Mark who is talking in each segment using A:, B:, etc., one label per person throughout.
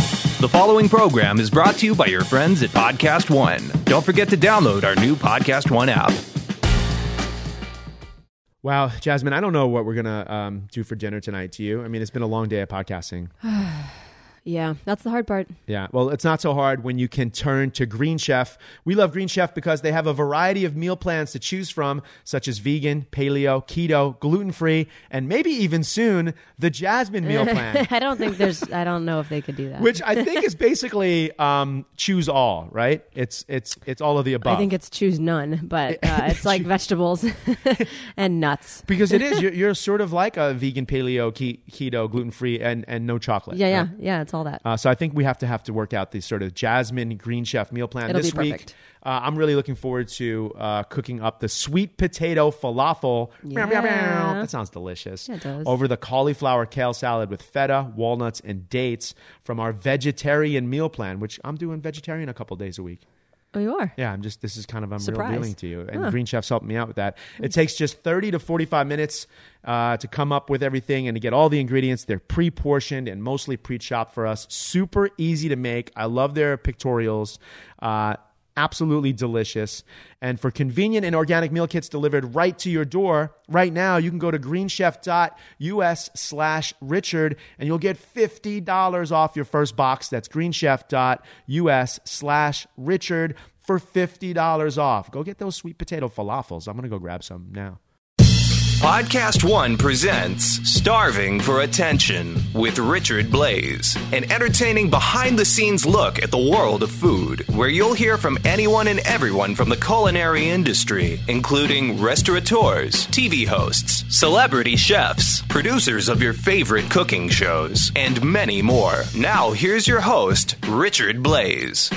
A: The following program is brought to you by your friends at Podcast One. Don't forget to download our new Podcast One app.
B: Wow, Jasmine, I don't know what we're gonna um, do for dinner tonight. To you, I mean, it's been a long day of podcasting.
C: Yeah, that's the hard part.
B: Yeah, well, it's not so hard when you can turn to Green Chef. We love Green Chef because they have a variety of meal plans to choose from, such as vegan, paleo, keto, gluten free, and maybe even soon the Jasmine meal plan.
C: I don't think there's. I don't know if they could do that.
B: Which I think is basically um, choose all, right? It's it's it's all of the above.
C: I think it's choose none, but uh, it's like vegetables and nuts.
B: because it is you're, you're sort of like a vegan, paleo, ke- keto, gluten free, and and no chocolate.
C: Yeah, yeah,
B: right?
C: yeah. It's all that.
B: Uh, so I think we have to have to work out the sort of jasmine green chef meal plan
C: It'll
B: this
C: be
B: week.
C: perfect.
B: Uh, I'm really looking forward to uh, cooking up the sweet potato falafel. Meow, meow, meow.
C: Yeah.
B: That sounds delicious.
C: Yeah, it does.
B: Over the cauliflower kale salad with feta, walnuts, and dates from our vegetarian meal plan, which I'm doing vegetarian a couple days a week.
C: oh, you are.
B: Yeah, I'm just this is kind of I'm
C: Surprise.
B: revealing to you, and Green Chef's helped me out with that. It takes just 30 to 45 minutes uh, to come up with everything and to get all the ingredients. They're pre-portioned and mostly pre-chopped for us. Super easy to make. I love their pictorials. Uh, Absolutely delicious. And for convenient and organic meal kits delivered right to your door, right now you can go to greenchef.us slash Richard and you'll get $50 off your first box. That's greenchef.us slash Richard for $50 off. Go get those sweet potato falafels. I'm going to go grab some now.
A: Podcast One presents Starving for Attention with Richard Blaze, an entertaining behind the scenes look at the world of food, where you'll hear from anyone and everyone from the culinary industry, including restaurateurs, TV hosts, celebrity chefs, producers of your favorite cooking shows, and many more. Now, here's your host, Richard Blaze.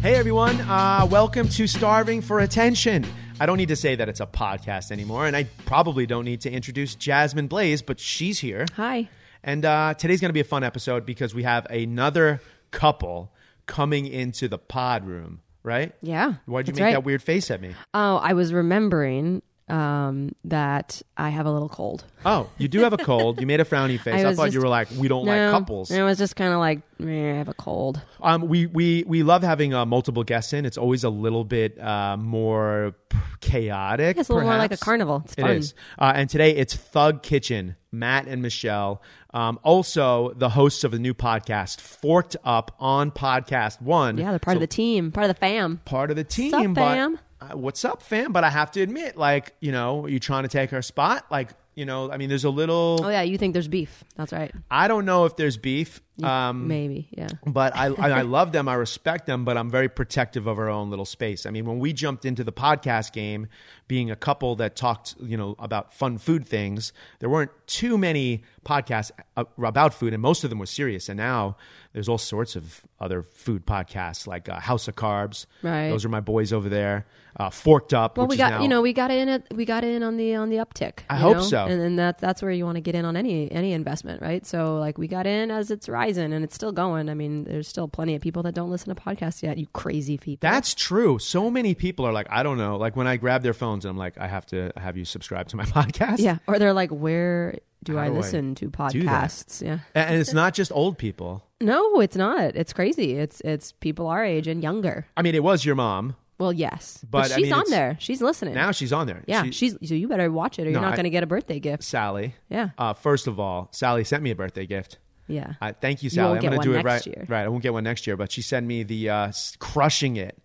B: Hey everyone, uh, welcome to Starving for Attention. I don't need to say that it's a podcast anymore, and I probably don't need to introduce Jasmine Blaze, but she's here.
C: Hi.
B: And uh, today's going to be a fun episode because we have another couple coming into the pod room, right?
C: Yeah,
B: Why'd you
C: that's
B: make
C: right.
B: that weird face at me?
C: Oh, I was remembering um, that I have a little cold.
B: Oh, you do have a cold. You made a frowny face. I,
C: was
B: thought
C: just-
B: you were like, we don't like
C: No,
B: couples.
C: It was just kind of like "Meh, I have a cold.
B: Um, we we we love having uh, multiple guests in. It's always a little bit uh, more p- chaotic.
C: Yeah, it's a little more like a
B: perhaps.
C: carnival. It's
B: It
C: fun.
B: is. Uh, and today it's Thug Kitchen. Matt and Michelle, um, also the hosts of the new podcast Forked Up on Podcast One.
C: Yeah, they're part of the team, part of the fam.
B: part of the team.
C: up,
B: but
C: fam?
B: Uh, what's up, fam? But I have to admit, like you know, you trying to take her spot? Like you know, I mean, there's a little.
C: Oh yeah, you think there's beef? That's right.
B: I don't know if there's beef. Um,
C: Maybe. Yeah.
B: but I, I I love them. I respect them, but I'm very protective of our own little space. I mean, when we jumped into the podcast game, being a couple that talked, you know, about fun food things, there weren't too many podcasts uh, about food, and most of them were serious. And now there's all sorts of other food podcasts, like uh, House of Carbs.
C: Right.
B: Those are my boys over there. Uh, Forked Up.
C: Well,
B: which
C: we
B: is
C: got
B: now-
C: you know we got in at we got in on the on the uptick.
B: I
C: you
B: hope
C: know?
B: so.
C: and, and that that's where you want to get in on any any investment, right? So like we got in as it's rising and it's still going. I mean, there's still plenty of people that don't listen to podcasts yet. You crazy people.
B: That's true. So many people are like, I don't know. Like when I grab their phones, and I'm like, I have to have you subscribe to my podcast.
C: yeah, or they're like, where do
B: How
C: I
B: do I
C: listen to
B: that?
C: podcasts? Yeah,
B: A- And it's not just old people.
C: no, it's not. It's crazy. It's it's people our age and younger.
B: I mean, it was your mom.
C: Well, yes,
B: But, I
C: she's
B: mean,
C: on
B: it's-
C: there. She's listening.
B: Now she's on there.
C: yeah,
B: She-
C: she's so you better watch it or
B: No,
C: you're not
B: I-
C: going to get a birthday gift.
B: Sally.
C: Yeah.
B: Uh, first of all, Sally sent me a birthday gift.
C: Yeah,
B: I thank you,
C: You
B: Sally.
C: won't
B: I'm
C: get
B: gonna
C: one
B: do it right.
C: next year.
B: Right. I won't get one next year, but she sent me the uh, s- crushing it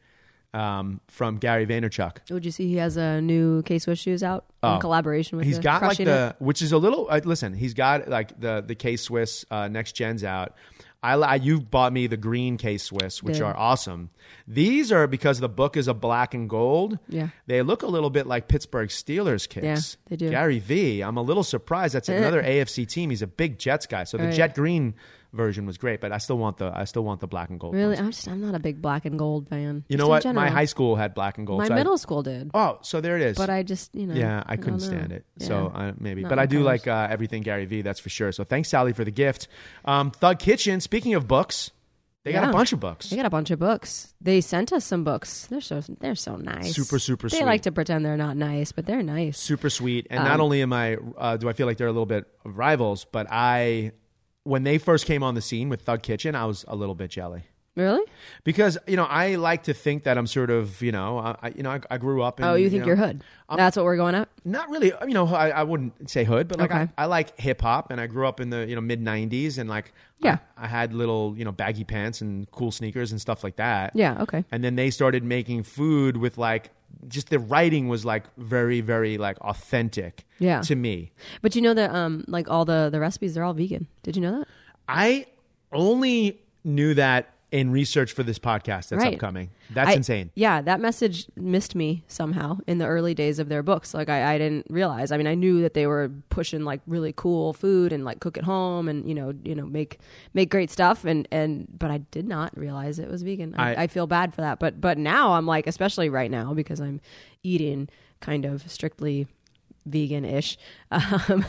B: um, from Gary Vaynerchuk.
C: Would you see he has a new K Swiss shoes out in collaboration with?
B: Oh. He's
C: the
B: got like
C: Crushing It?
B: the which is a little uh, listen. He's got like the the K Swiss uh, next gens out. I, li- you bought me the green K Swiss, which
C: Did.
B: are awesome. These are because the book is a black and gold.
C: Yeah.
B: they look a little bit like Pittsburgh Steelers kicks.
C: Yeah, they do. Eh.
B: Gary V. I'm a little surprised. That's another AFC team. He's a big Jets guy, so the
C: Right.
B: jet green version was great. But I still want the I still want the black and gold.
C: Really,
B: ones.
C: I'm just I'm not a big black and gold fan.
B: You
C: Just
B: know
C: in
B: what? My
C: general.
B: high school had black and gold.
C: my
B: so I-
C: middle school did,
B: oh, so there it is.
C: but I just you know.
B: Yeah, I couldn't
C: don't know.
B: stand it. So
C: Yeah.
B: I, maybe,
C: Not
B: but
C: my
B: I do
C: colors.
B: like uh, everything Gary Vee, that's for sure. So thanks, Sally, for the gift. Um, Thug Kitchen. Speaking of books, they got a
C: Yeah.
B: bunch of books.
C: They got a bunch of books. They sent us some books. They're so they're so nice.
B: Super, super
C: They
B: sweet.
C: like to pretend they're not nice, but they're nice. Um,
B: Super sweet. And not only am I, uh, do I feel like they're a little bit of rivals, but I when they first came on the scene with Thug Kitchen, I was a little bit jelly
C: Really?
B: because you know I like to think that I'm sort of you know I I- you know I, I grew up. In,
C: Oh, you think
B: know,
C: you're hood? That's what we're going at.
B: Not really. You know I, I wouldn't say hood, but like
C: Okay.
B: I, I like hip hop, and I grew up in the you know mid '90s, and like
C: Yeah.
B: I, I had little you know baggy pants and cool sneakers and stuff like that.
C: Yeah. Okay.
B: And then they started making food with like just the writing was like very very like authentic.
C: Yeah.
B: To me,
C: But you know that um like all the the recipes they're all vegan. Did you know that?
B: I only knew that in research for this podcast that's
C: Right.
B: upcoming. That's
C: I-
B: insane.
C: Yeah, that message missed me somehow in the early days of their books. Like I, I didn't realize. I mean, I knew that they were pushing like really cool food and like cook at home and you know you know make make great stuff and and but I did not realize it was vegan. I,
B: I-
C: I, feel bad for that, but but now I'm like, especially right now because I'm eating kind of strictly vegan-ish um,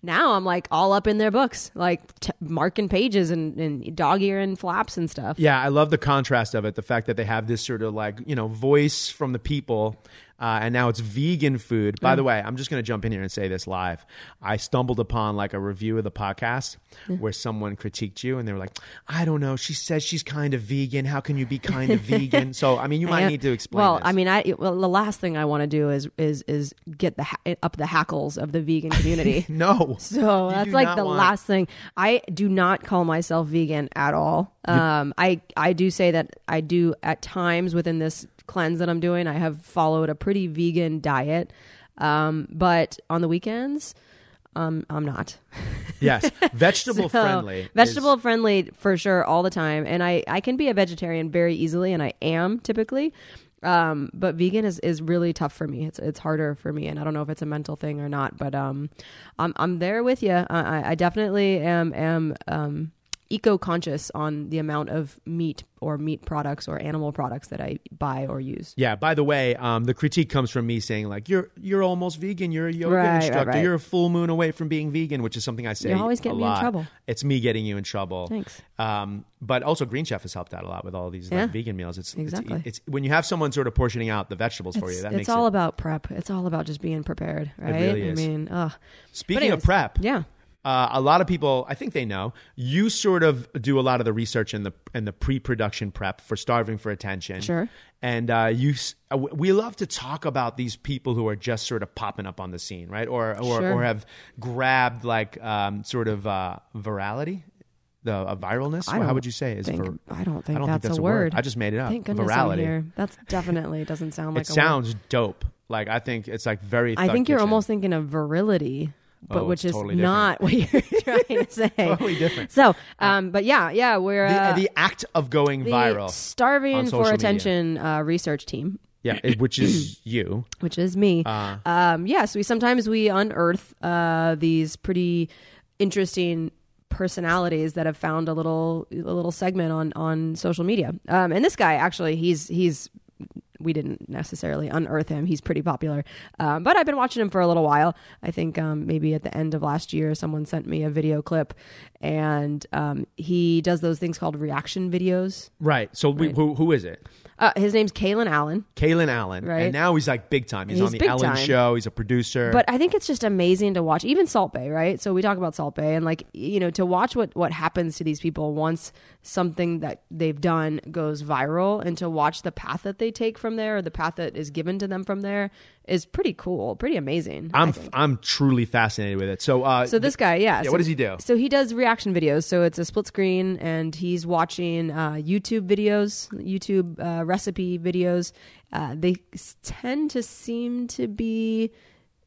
C: now i'm like all up in their books like t- marking pages and, and dog ear and flaps and stuff
B: Yeah, I love the contrast of it. The fact that they have this sort of like you know voice from the people, uh, and now it's vegan food.
C: Mm.
B: By the way, I'm just going to jump in here and say this live. I stumbled upon like a review of the podcast where someone critiqued you, and they were like, "I don't know. She says she's kind of vegan. How can you be kind of vegan?" So I mean, you might
C: Yeah.
B: need to explain.
C: Well,
B: this.
C: I mean, I it- well, the last thing I want to do is is is get the ha- up the hackles of the vegan community.
B: no.
C: So
B: You
C: that's
B: do
C: like
B: not
C: the
B: want-
C: last thing. I do not call myself vegan at all. Um, I I do say that I do at times within this cleanse that I'm doing. I have followed a pretty vegan diet, um, but on the weekends, um, I'm not.
B: yes, vegetable
C: So,
B: friendly. is-
C: vegetable friendly for sure all the time and i i can be a vegetarian very easily and i am typically um but vegan is is really tough for me it's it's harder for me and i don't know if it's a mental thing or not but um i'm i'm there with you i I- i definitely am am um eco conscious on the amount of meat or meat products or animal products that i buy or use
B: Yeah. By the way, um, the critique comes from me saying like you're you're almost vegan. You're a yoga
C: Right, right,
B: instructor.
C: right.
B: You're a full moon away from being vegan, which is something I say.
C: You always get
B: a
C: me in
B: lot.
C: trouble.
B: It's me getting you in trouble.
C: Thanks.
B: Um, but also Green Chef has helped out a lot with all these like,
C: Yeah.
B: vegan meals. It's it's-
C: Exactly.
B: It's, when you have someone sort of portioning out the vegetables for you.
C: it's,
B: That
C: it's
B: makes
C: all
B: it.
C: about prep it's all about just being prepared right
B: really
C: i
B: is.
C: mean ugh.
B: Speaking
C: anyways,
B: of prep,
C: yeah
B: Uh, a lot of people, I think they know. You sort of do a lot of the research and the and the pre-production prep for Starving for Attention.
C: Sure.
B: And uh, you, s- uh, w- we love to talk about these people who are just sort of popping up on the scene, right? Or or,
C: Sure.
B: or have grabbed like um, sort of uh, virality, the uh, viralness.
C: I
B: How
C: don't
B: would you say? Is
C: think-
B: vir-
C: I don't think
B: I don't
C: that's,
B: think that's
C: a, word.
B: I just made it up.
C: Thank goodness
B: virality.
C: I'm here. That's definitely doesn't sound like
B: It
C: a word.
B: sounds dope. Like I think it's like very.
C: I
B: Thug
C: think you're
B: Kitchen.
C: almost thinking of virility, but
B: Oh,
C: which
B: it's
C: is
B: totally different.
C: not what you're trying to say.
B: Totally different.
C: So, um, but yeah, yeah, we're
B: the,
C: uh,
B: the act of going
C: the
B: viral. on
C: starving
B: social
C: for
B: media.
C: attention uh, research team.
B: Yeah, it- which is you.
C: which is me. Um, yes, we sometimes we unearth uh, these pretty interesting personalities that have found a little a little segment on on social media. Um, and this guy actually, he's he's we didn't necessarily unearth him. He's pretty popular, um, but I've been watching him for a little while. I think um, maybe at the end of last year, someone sent me a video clip, and um, he does those things called reaction videos.
B: Right. So we, who who is it?
C: Uh, his name's Kalen Allen.
B: Kalen Allen.
C: Right.
B: And now he's like big time. He's,
C: He's
B: on the
C: big
B: Ellen
C: time.
B: show. He's a producer.
C: But I think it's just amazing to watch, even Salt Bay, right? So we talk about Salt Bay, and like you know, to watch what what happens to these people once something that they've done goes viral, and to watch the path that they take from there, or the path that is given to them from there, is pretty cool, pretty amazing.
B: I'm I'm truly fascinated with it. So uh
C: So this guy, yeah.
B: Yeah,
C: so-
B: what does he do?
C: So he does reaction videos. So it's a split screen, and he's watching uh, YouTube videos, YouTube uh, recipe videos. Uh, they s- tend to seem to be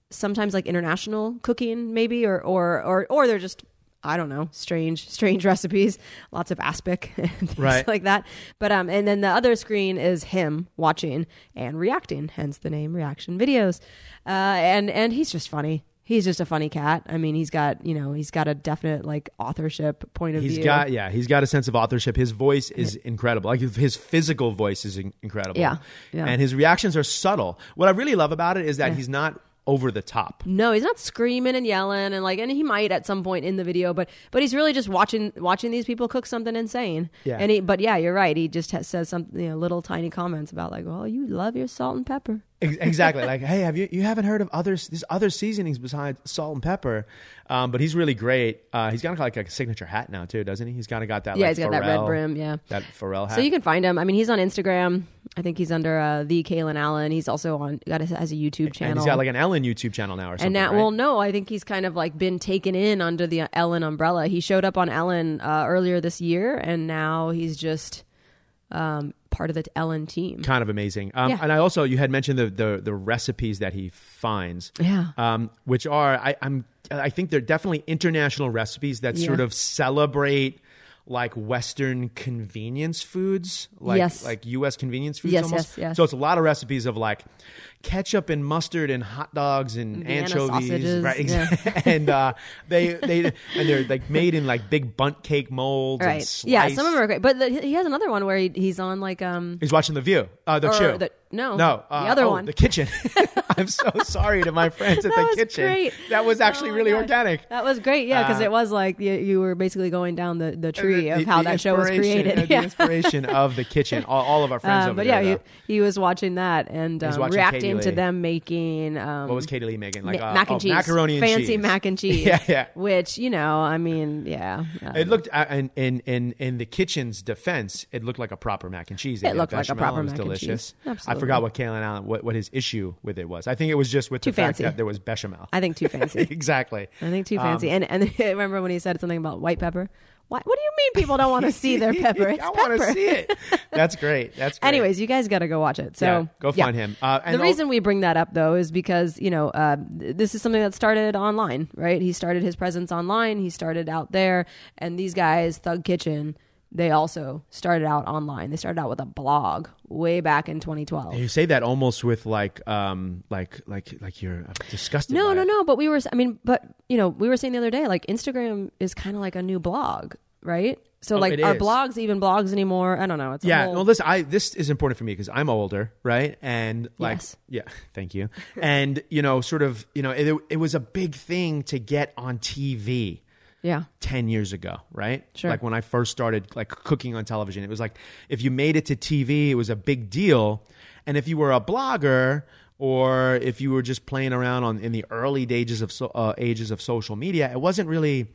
C: sometimes like international cooking, maybe, or or or or they're just I don't know, strange strange recipes. Lots of aspic and things
B: Right.
C: like that. But um, and then the other screen is him watching and reacting. Hence the name reaction videos. Uh, and and he's just funny. He's just a funny cat. I mean, he's got you know he's got a definite like authorship point of
B: he's
C: view.
B: got yeah, he's got a sense of authorship. His voice is incredible. Like his physical voice is in- incredible.
C: Yeah, yeah.
B: And his reactions are subtle. What I really love about it is that he's not over the top.
C: No, he's not screaming and yelling and like, and he might at some point in the video, but but he's really just watching watching these people cook something insane.
B: Yeah.
C: And he, but yeah, you're right. He just has, says some you know, little tiny comments about like, well, you love your salt and pepper.
B: Ex- exactly. like, hey, have you you haven't heard of others? There's other seasonings besides salt and pepper, um, but he's really great. Uh, he's got like a signature hat now too, doesn't he? He's kind of got that.
C: yeah,
B: like,
C: he's got that red
B: Pharrell-
C: brim. Yeah.
B: That Pharrell hat.
C: So you can find him. I mean, he's on Instagram. I think he's under uh, the Kalen Allen. He's also on got a, has a YouTube channel.
B: and he's got like an Ellen YouTube channel now or something.
C: and that
B: right?
C: well no i think he's kind of like been taken in under the ellen umbrella he showed up on ellen uh, earlier this year and now he's just um, part of the ellen team
B: kind of amazing. Um,
C: Yeah.
B: And I also you had mentioned the, the the recipes that he finds,
C: Yeah.
B: um, which are I, I'm I think they're definitely international recipes that
C: Yeah.
B: sort of celebrate like Western convenience foods, like
C: Yes.
B: like U.S. convenience foods.
C: Yes,
B: almost.
C: yes, yes.
B: So it's a lot of recipes of like ketchup and mustard and hot dogs and
C: Vienna
B: anchovies,
C: sausages,
B: right?
C: yeah.
B: and uh, they they and they're like made in like big bunt cake molds. and
C: right yeah some of
B: sliced.
C: them are great but the, he has another one where he, he's on like um
B: He's watching The View. Uh, the
C: Or
B: show.
C: the- no,
B: no,
C: the other
B: oh,
C: one.
B: The kitchen. I'm so sorry to my friends at
C: that
B: the
C: was
B: kitchen.
C: great
B: That was actually
C: Oh my
B: really
C: gosh.
B: organic.
C: that was great yeah because
B: Uh,
C: it was like you, you were basically going down the, the tree
B: The-
C: of
B: the-
C: how
B: the
C: that show was
B: inspiration- uh,
C: created
B: The
C: yeah.
B: inspiration of the kitchen. All, all of our friends
C: Um,
B: over
C: but
B: there.
C: yeah, he,
B: though.
C: he was watching that and
B: was
C: um,
B: watching
C: reacting
B: Katie
C: to
B: Lee.
C: them making um,
B: what was Katie Lee making? Like
C: Ma-
B: uh,
C: mac and
B: oh,
C: cheese,
B: macaroni and
C: fancy
B: cheese.
C: mac and cheese.
B: Yeah, yeah.
C: Which you know, I mean, yeah, uh,
B: It looked uh, in, in in in the kitchen's defense, it looked like a proper mac and cheese. They
C: It
B: had
C: looked like a
B: bechamel,
C: proper
B: it was
C: mac and
B: delicious.
C: cheese.
B: I
C: Absolutely.
B: forgot what Kalen Allen what, what his issue with it was. I think it was just with
C: Too
B: the fact
C: fancy.
B: that there was bechamel.
C: I think too fancy.
B: exactly.
C: I think too fancy.
B: Um,
C: and and I remember when he said something about white pepper? Why, what do you mean people don't want to see their pepper? It's
B: I want
C: pepper.
B: to see it. That's great. That's great.
C: Anyways, you guys got to go watch it. So
B: Yeah, go
C: yeah.
B: find him. Uh, and
C: the
B: al-
C: reason we bring that up though is because you know uh, th- this is something that started online, right? He started his presence online. He started out there, and these guys, Thug Kitchen, they also started out online. They started out with a blog way back in 2012.
B: you say that almost with like, um, like, like, like you're disgusted.
C: No,
B: by
C: no,
B: it.
C: no. But we were, I mean, but you know, we were saying the other day, like Instagram is kind of like a new blog, right? So
B: Oh,
C: like,
B: it
C: are
B: is.
C: blogs even blogs anymore? I don't know. It's a
B: Yeah,
C: whole-
B: no. Listen, I this is important for me because I'm older, right? And like,
C: Yes.
B: yeah, thank you. and you know, sort of, you know, it, it was a big thing to get on TV.
C: yeah,
B: 10 years ago, right?
C: Sure.
B: Like when I first started like cooking on television, it was like if you made it to TV, it was a big deal. And if you were a blogger or if you were just playing around on in the early ages of so, uh, ages of social media, it wasn't really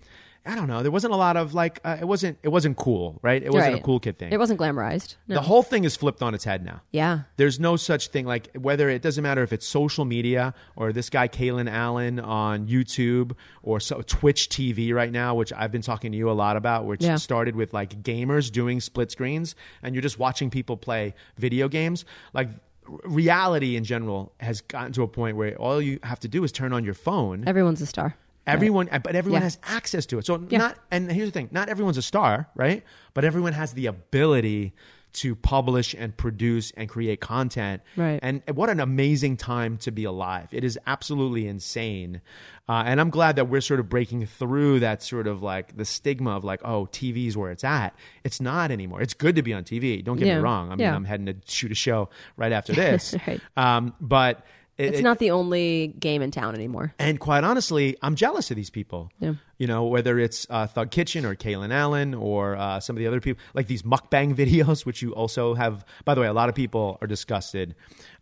B: I don't know, there wasn't a lot of like uh, it wasn't it wasn't cool, right? It wasn't
C: Right.
B: a cool kid thing.
C: It wasn't glamorized. No.
B: The whole thing is flipped on its head now.
C: yeah.
B: There's no such thing like whether it doesn't matter if it's social media or this guy Kalen Allen on YouTube or so Twitch TV right now, which I've been talking to you a lot about, which
C: Yeah.
B: started with like gamers doing split screens and you're just watching people play video games. Like r- reality in general has gotten to a point where all you have to do is turn on your phone.
C: Everyone's a star.
B: Everyone, uh, but everyone
C: Yeah.
B: has access to it. So
C: Yeah.
B: not, and here's the thing: not everyone's a star, right? But everyone has the ability to publish and produce and create content.
C: Right.
B: And what an amazing time to be alive! It is absolutely insane, uh, and I'm glad that we're sort of breaking through that sort of like the stigma of like, oh, TV's where it's at. It's not anymore. It's good to be on TV. Don't get
C: Yeah.
B: me wrong. I mean,
C: Yeah.
B: I'm heading to shoot a show right after this.
C: Right.
B: um, but it-
C: It's
B: it-
C: not the only game in town anymore.
B: and quite honestly, I'm jealous of these people.
C: Yeah.
B: You know, whether it's uh, Thug Kitchen or Kalen Allen or uh, some of the other people, like these mukbang videos, which you also have. By the way, a lot of people are disgusted.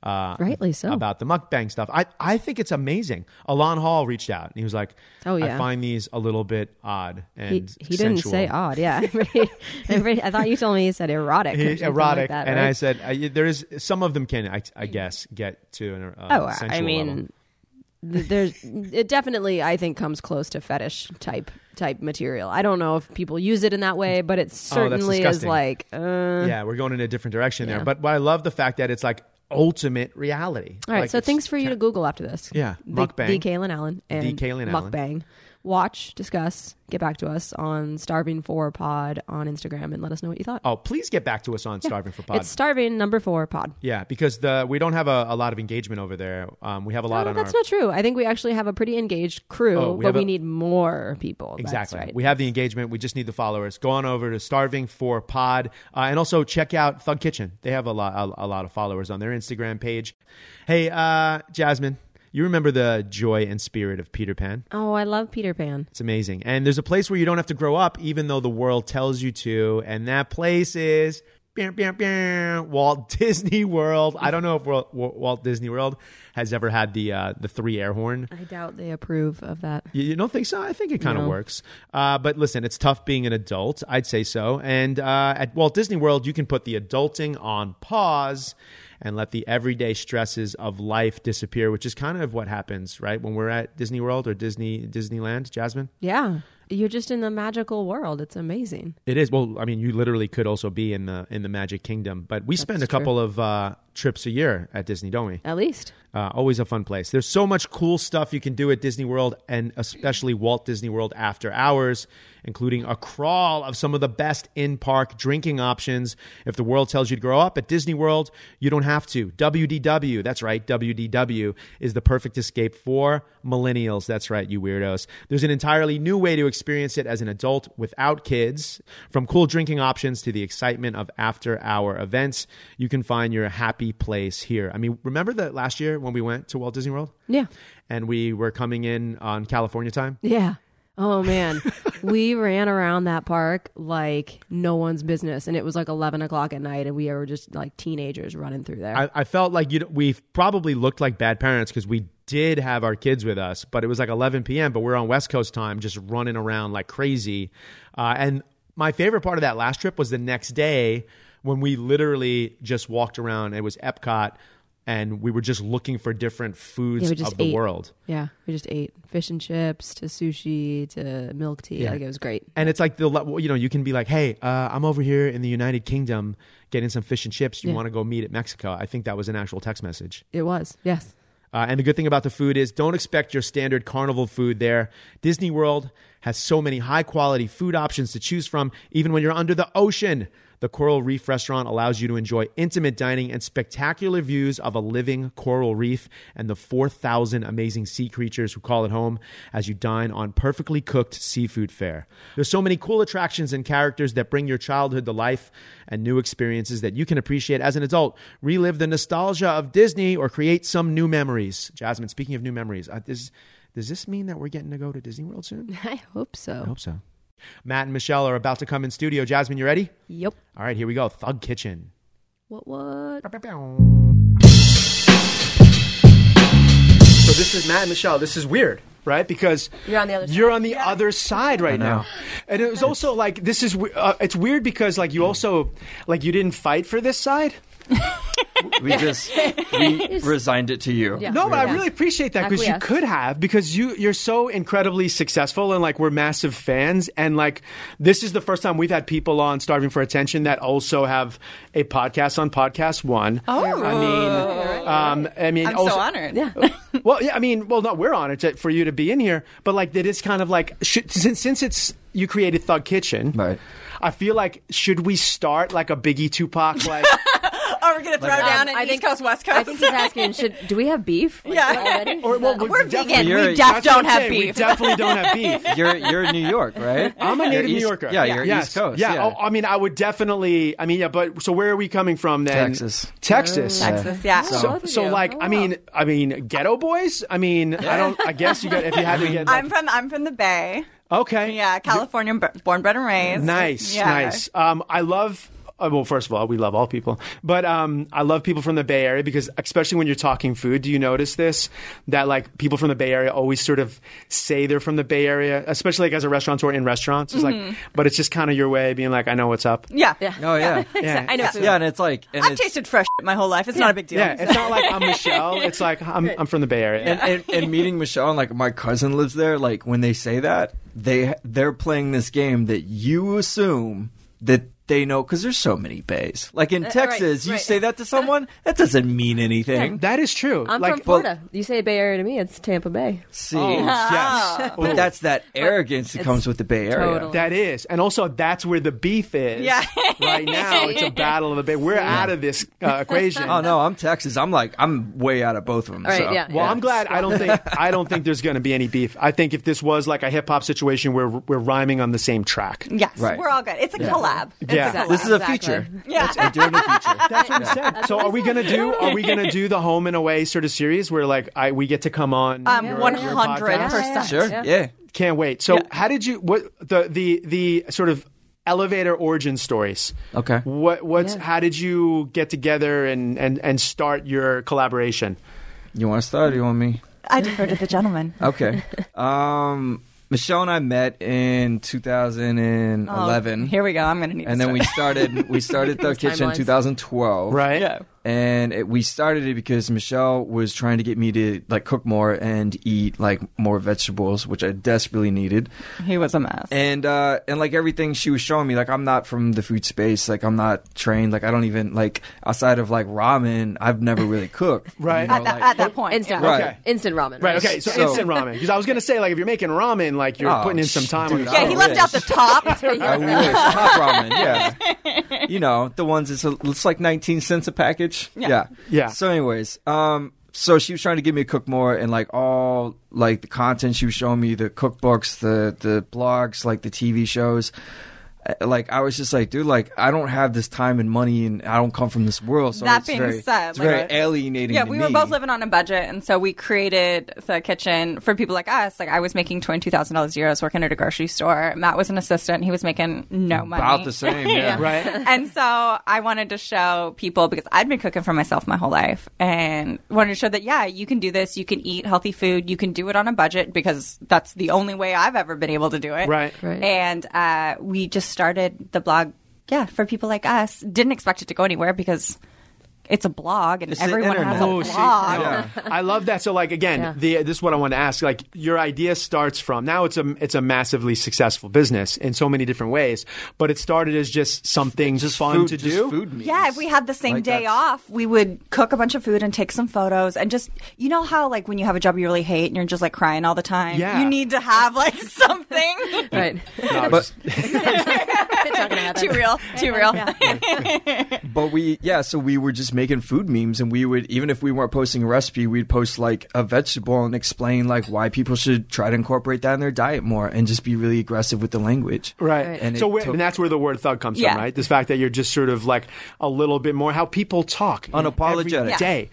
B: Uh,
C: Rightly so.
B: About the mukbang stuff. I, I think it's amazing. Alon Hall reached out and he was like,
C: Oh, yeah.
B: I find these a little bit odd
C: He,
B: and
C: he didn't
B: sensual."
C: say odd. Yeah. Everybody- I thought you told me he said erotic. or
B: He-
C: something like
B: erotic,
C: that,
B: and
C: right?
B: I said I, there is some of them can I, I guess get to an uh,
C: Oh, I
B: sensual level.
C: mean, th- there's it definitely I think comes close to fetish type type material. I don't know if people use it in that way, but it certainly is
B: Oh, disgusting.
C: like, uh,
B: yeah, we're going in a different direction
C: Yeah.
B: there. But, but I love the fact that it's like ultimate reality.
C: all right.
B: Like
C: so
B: it's-
C: things for you to Google after this.
B: Yeah,
C: the,
B: mukbang.
C: the Kalen Allen and
B: The Kalen Allen.
C: mukbang. Watch, discuss, get back to us on Starving Four Pod on Instagram, and let us know what you thought.
B: Oh, please get back to us on Starving for Pod.
C: It's Starving Number Four Pod.
B: yeah, because the we don't have a, a lot of engagement over there. Um, we have a lot
C: No,
B: on
C: that's
B: our
C: not true. I think we actually have a pretty engaged crew,
B: Oh, we
C: but
B: have
C: we
B: a-
C: need more people. That's
B: exactly.
C: right.
B: We have the engagement. We just need the followers. Go on over to Starving for Pod, uh, and also check out Thug Kitchen. They have a lot a, a lot of followers on their Instagram page. Hey, uh, Jasmine. You remember the joy and spirit of Peter Pan?
C: Oh, I love Peter Pan.
B: It's amazing. And there's a place where you don't have to grow up, even though the world tells you to. And that place is bam, bam, bam, Walt Disney World. I don't know if Walt, Walt Disney World has ever had the uh, the three air horn.
C: I doubt they approve of that.
B: You, you don't think so? I think it kind of
C: No.
B: works. Uh, but listen, it's tough being an adult. I'd say so. And uh, at Walt Disney World, you can put the adulting on pause and let the everyday stresses of life disappear, which is kind of what happens, right? When we're at Disney World or Disney Disneyland, Jasmine.
C: Yeah. You're just in the magical world. It's amazing.
B: It is. Well, I mean, you literally could also be in the in the Magic Kingdom, but we spend a couple of uh, trips a year at Disney, don't we?
C: At least.
B: Uh, always a fun place. There's so much cool stuff you can do at Disney World, and especially Walt Disney World after hours, including a crawl of some of the best in park drinking options. If the world tells you to grow up at Disney World, you don't have to. WDW, that's right, WDW is the perfect escape for millennials. That's right, you weirdos. There's an entirely new way to experience it as an adult without kids. From cool drinking options to the excitement of after hour events, you can find your happy place here. I mean, remember that last year when we went to Walt Disney World?
C: Yeah.
B: And we were coming in on California time?
C: Yeah. Oh man, we ran around that park like no one's business, and it was like eleven o'clock at night, and we were just like teenagers running through there.
B: I, I felt like you we probably looked like bad parents because we did have our kids with us, but it was like 11 p.m. But we're on West Coast time, just running around like crazy. Uh, and my favorite part of that last trip was the next day when we literally just walked around. It was Epcot, and we were just looking for different foods
C: Yeah, we just
B: of the
C: ate.
B: world.
C: yeah, we just ate fish and chips to sushi to milk tea.
B: Yeah.
C: Like it was great.
B: And it's like the le- you know you can be like, hey, uh, I'm over here in the United Kingdom getting some fish and chips. You
C: Yeah.
B: want to go meet at Mexico? I think that was an actual text message.
C: It was yes.
B: Uh, and the good thing about the food is don't expect your standard carnival food there. Disney World has so many high quality food options to choose from, even when you're under the ocean. The Coral Reef restaurant allows you to enjoy intimate dining and spectacular views of a living coral reef and the 4,000 amazing sea creatures who call it home as you dine on perfectly cooked seafood fare. There's so many cool attractions and characters that bring your childhood to life and new experiences that you can appreciate as an adult. Relive the nostalgia of Disney or create some new memories. Jasmine, speaking of new memories, uh, this, does this mean that we're getting to go to Disney World soon?
C: I hope so.
B: I hope so. Matt and Michelle are about to come in studio. Jasmine, you ready?
C: Yep.
B: All right, here we go. Thug Kitchen.
C: What? What?
B: So this is Matt and Michelle. This is weird, right? Because
C: You're on the other
B: you're on the other side right now, and it was also like this is we- uh, it's weird because like you also like you didn't fight for this side.
D: We just we resigned it to you.
C: Yeah.
B: No, but I
C: Yeah.
B: really appreciate that because you
C: Acquiesced.
B: could have because you you're so incredibly successful and like we're massive fans and like this is the first time we've had people on starving for attention that also have a podcast on podcast one. Oh, I mean, um, I mean,
E: I'm
B: also,
E: so honored.
C: Yeah.
B: well, yeah, I mean, well, no, we're honored to, for you to be in here, but like it is kind of like should, since since it's you created Thug Kitchen,
D: Right.
B: I feel like should we start like a Biggie Tupac like.
E: Oh, we're gonna throw down
C: Um,
E: an
C: I
E: East
C: think-
E: Coast West Coast.
C: I think he's asking, should do we have beef? Like,
E: Yeah.
C: already?
B: Or, well,
E: We're
B: definitely-
E: vegan.
D: You're-
E: We def
B: That's what I'm
E: don't have
B: saying, We
E: beef.
B: definitely don't have beef.
D: You're you're in New York, right?
B: I'm a
D: You're
B: native New
D: East-
B: Yorker.
D: Yeah, you're East Coast.
B: Yeah,
D: Yeah.
B: Oh, I mean, I would definitely. I mean, yeah, but so where are we coming from then?
D: Texas.
B: Texas.
E: Oh. Texas, Oh. yeah.
D: So-
B: So like, I mean, I mean, ghetto boys. I mean, I don't. I guess you got if you had to get. Like,
E: I'm from I'm from the Bay.
B: okay.
E: Yeah, California, b- born, bred, and raised.
B: Nice.
E: Yeah.
B: Nice. Um, I love. Uh, well, first of all, we love all people, but um, I love people from the Bay Area because, especially when you're talking food, do you notice this? That like people from the Bay Area always sort of say they're from the Bay Area, especially like as a restaurateur in restaurants. It's like, but it's just kind of your way of being like, I know what's up.
E: Yeah.
D: Oh yeah.
B: Yeah.
C: I know. food.
D: Yeah, and it's like and
E: I've
D: it's,
E: tasted fresh my whole life. It's not a big deal.
B: Yeah, it's not like I'm Michelle. It's like I'm, I'm from the Bay Area.
D: and, and, and meeting Michelle and like my cousin lives there. Like when they say that, they they're playing this game that you assume that they know because there's so many bays. Like in Texas,
C: Uh,
D: you
C: right.
D: say that to someone, that doesn't mean anything.
B: that is true.
C: I'm
B: like, oh,
C: from Florida. you say Bay Area to me, it's Tampa Bay.
D: See,
C: Oh.
B: yes, Ooh,
D: but that's that arrogance that comes with the Bay Area.
C: totally.
B: that is, and also that's where the beef is.
E: Yeah.
B: right now it's a battle of the Bay. We're out of this uh, equation.
D: Oh no, I'm Texas. I'm like I'm way out of both of them.
C: right,
D: so.
C: yeah.
B: Well, I'm glad. I don't think I don't think there's going to be any beef. I think if this was like a hip hop situation where we're rhyming on the same track,
E: Yes,
D: Right.
E: we're all good. It's a collab. It's
B: Yeah.
C: exactly.
D: This is a
C: Exactly.
D: feature.
E: Yeah.
D: I'm doing a feature.
B: That's what we said. So are we gonna do? Are we gonna do the home and away sort of series where like I we get to come on?
E: Um,
B: your- your podcast?
E: 100%.
D: Sure.
C: Yeah.
D: Yeah.
B: Can't wait. So how did you? What the the the sort of elevator origin stories?
D: Okay.
B: What what's
C: Yeah.
B: how did you get together and and and start your collaboration?
D: You want to start or you want me?
E: I defer to the gentleman.
D: Okay. Um, Michelle and I met in 2011.
E: Oh, Here we go. I'm going to need
D: and
E: to
D: then we started we started the kitchen in
C: timelines.
D: 2012
B: Right.
E: Yeah.
D: and it, we started it because michelle was trying to get me to like cook more and eat like more vegetables which i desperately needed
E: He was a mess.
D: and uh and like everything she was showing me like i'm not from the food space like i'm not trained like i don't even like outside of like ramen i've never really cooked
B: Right.
D: you know,
E: at, that,
D: like-
E: at that point.
C: Instant.
D: Right.
B: Okay.
C: Instant ramen.
B: Right. Okay. So,
D: So-
B: instant ramen. Because I was gonna say like if you're making ramen, like you're
D: Oh,
B: putting in some
D: sh-
B: time.
D: dude,
B: on
D: I
E: Oh, yeah, he left
D: wish.
E: out the top.
D: I wish top ramen, yeah. You know the ones it's, it's like nineteen cents a package. Yeah. yeah,
B: Yeah.
D: So, anyways, um, so she was trying to get me to cook more, and like all like the content she was showing me, the cookbooks, the the blogs, like the TV shows. uh, Like I was just like, dude, like I don't have this time and money, and I don't come from this world. So
E: That
D: it's
E: being
D: very,
E: said,
D: it's
E: like-
D: very alienating.
E: Yeah,
D: to
E: we were
D: me.
E: both living on a budget, and so we created the kitchen for people like us. Like I was making twenty two thousand dollars a year. I was working at a grocery store. Matt was an assistant. He was making no money.
D: about the same. Yeah,
B: Right.
E: and so I wanted to show people because I'd been cooking for myself my whole life and wanted to show that, yeah, you can do this. You can eat healthy food. You can do it on a budget because that's the only way I've ever been able to do it.
B: Right.
C: Right.
E: And uh, we just started the blog, yeah, for people like us. Didn't expect it to go anywhere because it's a blog and
D: It's the
E: everyone has a
D: internet. Oh,
E: blog.
D: see,
B: Yeah. I love that. So, like again,
C: Yeah.
B: the this is what I want to ask. Like, your idea starts from now. It's a it's a massively successful business in so many different ways, but it started as just something just fun
D: food,
B: to
D: just
B: do.
D: food meals.
E: Yeah, if we had the same
D: Like,
E: day
D: that's-
E: off, we would cook a bunch of food and take some photos and just you know how like when you have a job you really hate and you're just like crying all the time.
B: Yeah.
E: You need to have like something.
C: Right.
B: No,
D: But
C: Talking about
E: too
C: that.
E: real. Too real.
D: But we, yeah, so we were just making food memes, and we would, even if we weren't posting a recipe, we'd post like a vegetable and explain like why people should try to incorporate that in their diet more and just be really aggressive with the language.
B: Right.
C: Right.
D: And
B: so
D: it
B: where,
D: took-
B: and that's where the word thug comes
E: Yeah.
B: from, right? This fact that you're just sort of like a little bit more how people talk
D: Unapologetic.
B: every day,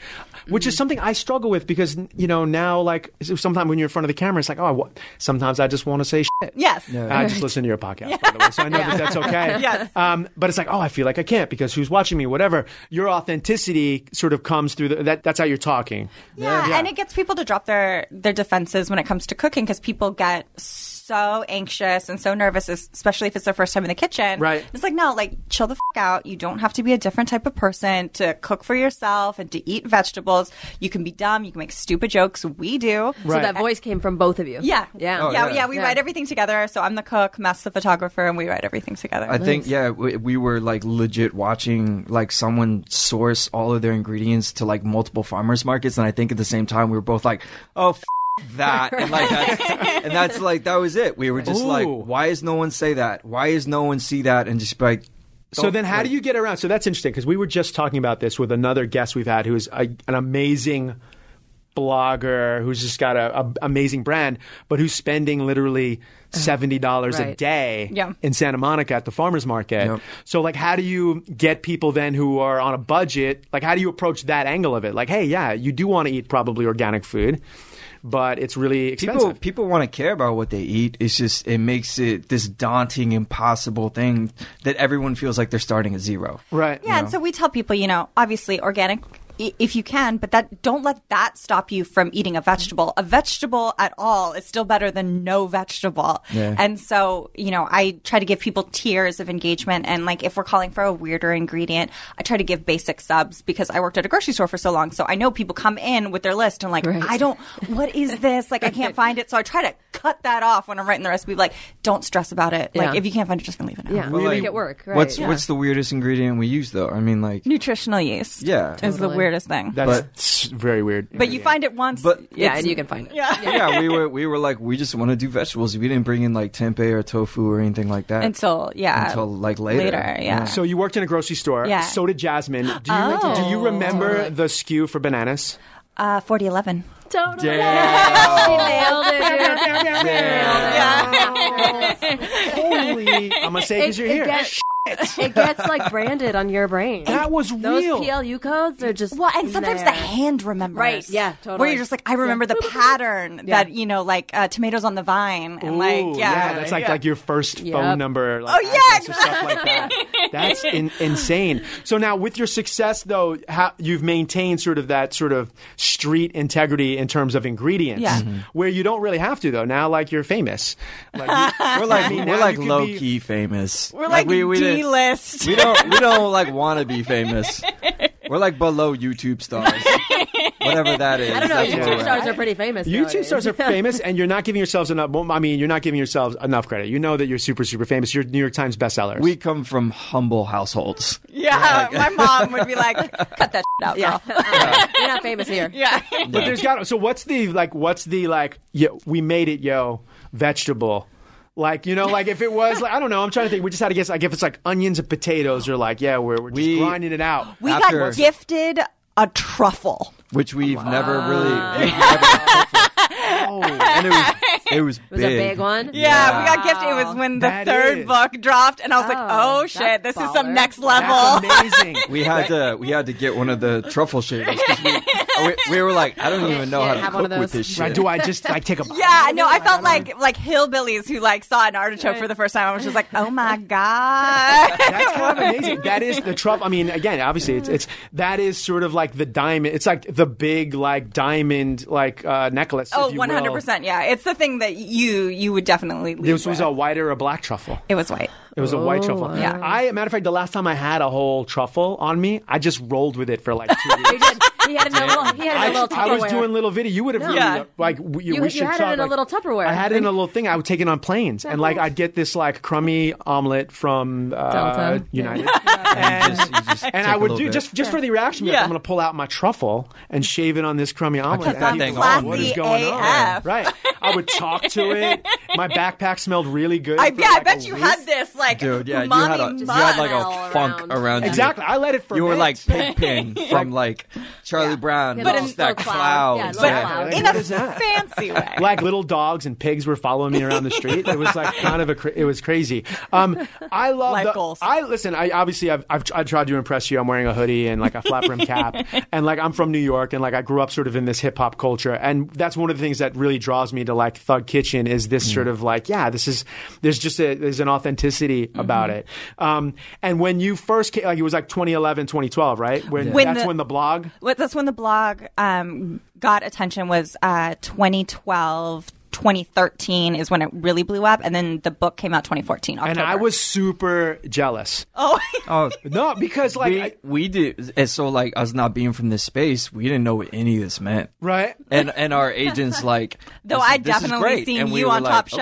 B: which is something I struggle with because you know now like sometimes when you're in front of the camera, it's like oh, I wa- sometimes I just want to say shit.
E: Yes.
B: And I just listen to your podcast, by the way, so I know that that's okay.
E: Yes.
B: Um, but it's like, oh, I feel like I can't because who's watching me? Whatever. Your authenticity sort of comes through the, that. That's how you're talking.
E: Yeah, and it gets people to drop their their defenses when it comes to cooking because people get so anxious and so nervous, es- especially if it's their first time in the kitchen.
B: Right.
E: It's like no, like chill the f- out. You don't have to be a different type of person to cook for yourself and to eat vegetables. You can be dumb. You can make stupid jokes. We do.
C: So
B: Right.
C: that voice came from both of you.
E: Yeah.
C: Yeah.
D: Oh,
E: yeah.
D: yeah.
E: Yeah. We
C: Yeah.
E: write everything together. So I'm the cook, Matt's the photographer, and we write everything together.
D: I think, yeah, we, we were like legit watching like someone source all of their ingredients to like multiple farmers markets, and I think at the same time we were both like, oh. F- that and like that's, and that's like that was it. We were just like,
B: Ooh.
D: why is no one say that? Why is no one see that? And just be like,
B: So
D: don't-
B: then, how
D: like-
B: do you get around? So that's interesting because we were just talking about this with another guest we've had who is a, an amazing blogger who's just got a, a amazing brand, but who's spending literally seventy dollars a
C: Right.
B: day
E: Yeah.
B: in Santa Monica at the farmers market.
D: Yep.
B: So like, how do you get people then who are on a budget? Like, how do you approach that angle of it? Like, hey, yeah, you do want to eat probably organic food, but it's really expensive.
D: People people want to care about what they eat. It's just it makes it this daunting, impossible thing that everyone feels like they're starting at zero.
B: right?
E: Yeah, and so we tell people, you know, obviously organic i- if you can, but that don't let that stop you from eating a vegetable. A vegetable at all is still better than no vegetable.
D: Yeah.
E: And so, you know, I try to give people tiers of engagement and like if we're calling for a weirder ingredient, I try to give basic subs because I worked at a grocery store for so long, so I know people come in with their list and like,
C: Right.
E: I don't what is this? Like I can't find it. So I try to cut that off when I'm writing the recipe like don't stress about it.
C: Yeah.
E: Like if you can't find it just leave it out.
C: Yeah.
D: But,
C: Make
D: like,
C: it work. Right.
D: What's
C: yeah.
D: what's the weirdest ingredient we use though? I mean, like
E: Nutritional yeast.
D: Yeah.
E: Is the weirdest thing.
B: That's very weird.
E: But you find it once.
D: But-
C: yeah, and you can find it. Yeah.
D: yeah, we were we were like we just want to do vegetables. We didn't bring in like tempeh or tofu or anything like that
E: until yeah,
D: until like
C: uh,
D: later.
E: later, yeah.
B: So you worked in a grocery store.
E: Yeah. Oh.
B: So did Jasmine. Do you, do you remember the skew for bananas?
E: uh, forty eleven.
C: Totally.
B: Oh.
C: She nailed it. dude.
B: Holy! I'm gonna say because you're here.
C: Again, It gets like branded on your brain.
B: That was
C: Those
B: real.
C: PLU codes are just
E: Well, and sometimes
C: there.
E: the hand remembers.
C: Right, yeah,
E: Where
C: totally.
E: you're just like, I remember the pattern that, you know, like uh, tomatoes on the vine. And like,
B: Ooh,
E: yeah.
B: that's like
E: yeah.
B: like your first
C: Yep.
B: phone number. Like,
E: Oh, yeah,
B: address or stuff like that. That's in, insane. So now, with your success, though, how, you've maintained sort of that sort of street integrity in terms of ingredients,
E: Yeah.
B: where you don't really have to though. Now, like you're famous, like you,
D: We're like
B: mean, now
D: we're like
B: you could
D: low
B: be-
D: key famous.
E: We're like,
D: we, we didn't-
E: D list.
D: We don't we don't like want to be famous. We're like below YouTube stars, whatever that is.
C: I don't know.
D: That's where
C: YouTube
D: we're at.
C: stars are pretty famous.
B: YouTube
C: nowadays.
B: stars are famous, and you're not giving yourselves enough. Well, I mean, you're not giving yourselves enough credit. You know that you're super, super famous. You're New York Times bestsellers.
D: We come from humble households.
E: Yeah. My mom would be like, cut that shit out,
C: Yeah,
E: yeah.
C: you're not famous here.
E: Yeah.
B: but there's got so what's the like what's the like yo, we made it yo vegetable like you know like if it was like I don't know I'm trying to think we just had to guess like if it's like onions and potatoes or like yeah we're, we're just
D: We-
B: grinding it out
E: We
D: After-
E: got gifted a truffle.
D: which we've never really. We've never and it was it was,
C: It was a big one.
E: Yeah, we got gifted. It was when the
B: That
E: third
B: is-
E: book dropped, and I was like,
C: Oh,
E: oh shit,
C: that's
E: this is some
C: baller.
E: next level.
B: that's amazing
D: We had to we had to get one of the truffle shavers. 'cause We, oh, we, we were like, I don't even know
C: yeah,
D: how to
C: have
D: cook
C: one of
D: with
C: those.
D: this shit.
B: right do I just like take a
E: Yeah, no, I felt like like hillbillies who like saw an artichoke for the first time. I was just like, oh my god.
B: That's kind of amazing. That is the truffle. I mean, again, obviously, it's it's that is sort of like the diamond. It's like the big like diamond like uh, necklace.
E: Oh,
B: if you will.
E: 100%. Yeah, it's the thing that you you would definitely leave.
B: This was
E: with.
B: a white or a black truffle.
E: It was white.
B: It was a white truffle.
E: Yeah.
B: I matter of fact, the last time I had a whole truffle on me, I just rolled with it for like two
C: He
B: weeks.
C: did. He had it in a little. He had it
B: I,
C: in a little
B: I was
C: Tupperware.
B: doing little video. You would have really
E: Yeah.
B: like we,
C: You-
B: we
C: you
B: should
C: had it
B: talk,
C: in a
B: like-
C: little Tupperware.
B: I had it in a little thing. I would take it on planes, and like I'd get this like crummy omelet from uh,
C: Delta.
B: United,
D: And, just- you just
B: and
D: take
B: I
D: a
B: would
D: little
B: do
D: bit.
B: just just for the reaction. like,
E: Yeah.
B: I'm going to pull out my truffle and shave it on this crummy omelet.
D: kept
B: And
D: that
B: I'd be
D: thing
B: like,
D: on.
B: What is
E: Classy
B: going on?
E: AF.
B: Right. I would talk to it. My backpack smelled really good.
E: I,
B: for,
E: yeah, I
B: like,
E: bet
B: a
E: you
B: week.
E: had this like
D: dude. Yeah, you had, a,
E: mommy
D: you
E: mug.
D: had like
C: all
D: a funk
C: around.
D: around, you.
B: Exactly. I let it for
D: You were like Pigpen from like Charlie Brown,
C: Yeah,
D: but
C: little-
D: just that
C: little
D: cloud.
C: cloud. Yeah,
E: but
C: little cloud.
B: like,
E: in
B: what
E: a
B: is that?
E: fancy way.
B: like little dogs and pigs were following me around the street. It was like kind of a cra- it was crazy. Um, I love
E: Life
B: the-
E: goals.
B: I listen. I obviously I've, I've I tried to impress you. I'm wearing a hoodie and like a flat brim cap, and like I'm from New York, and like I grew up sort of in this hip hop culture, and that's one of the things that really draws me to like Thug Kitchen is this sort of like yeah, this is there's just a there's an authenticity about it. Um, and when you first came, like it was like 2011, 2012, right? When,
E: When
B: that's
E: the-
B: when the blog.
E: What, that's when the blog um, got attention was uh, 2012, 2013 is when it really blew up, and then the book came out 2014.
B: And
E: October.
B: I was super jealous.
E: oh
D: Oh,
B: No, because like
D: we,
B: I-
D: we did. And so, like, us not being from this space, we didn't know what any of this meant.
B: right.
D: And and our agents, like,
E: Though
D: this-
E: I
D: this is
E: definitely
D: great.
E: seen
D: And we
E: you
D: were
E: on
D: like,
E: Top
D: okay.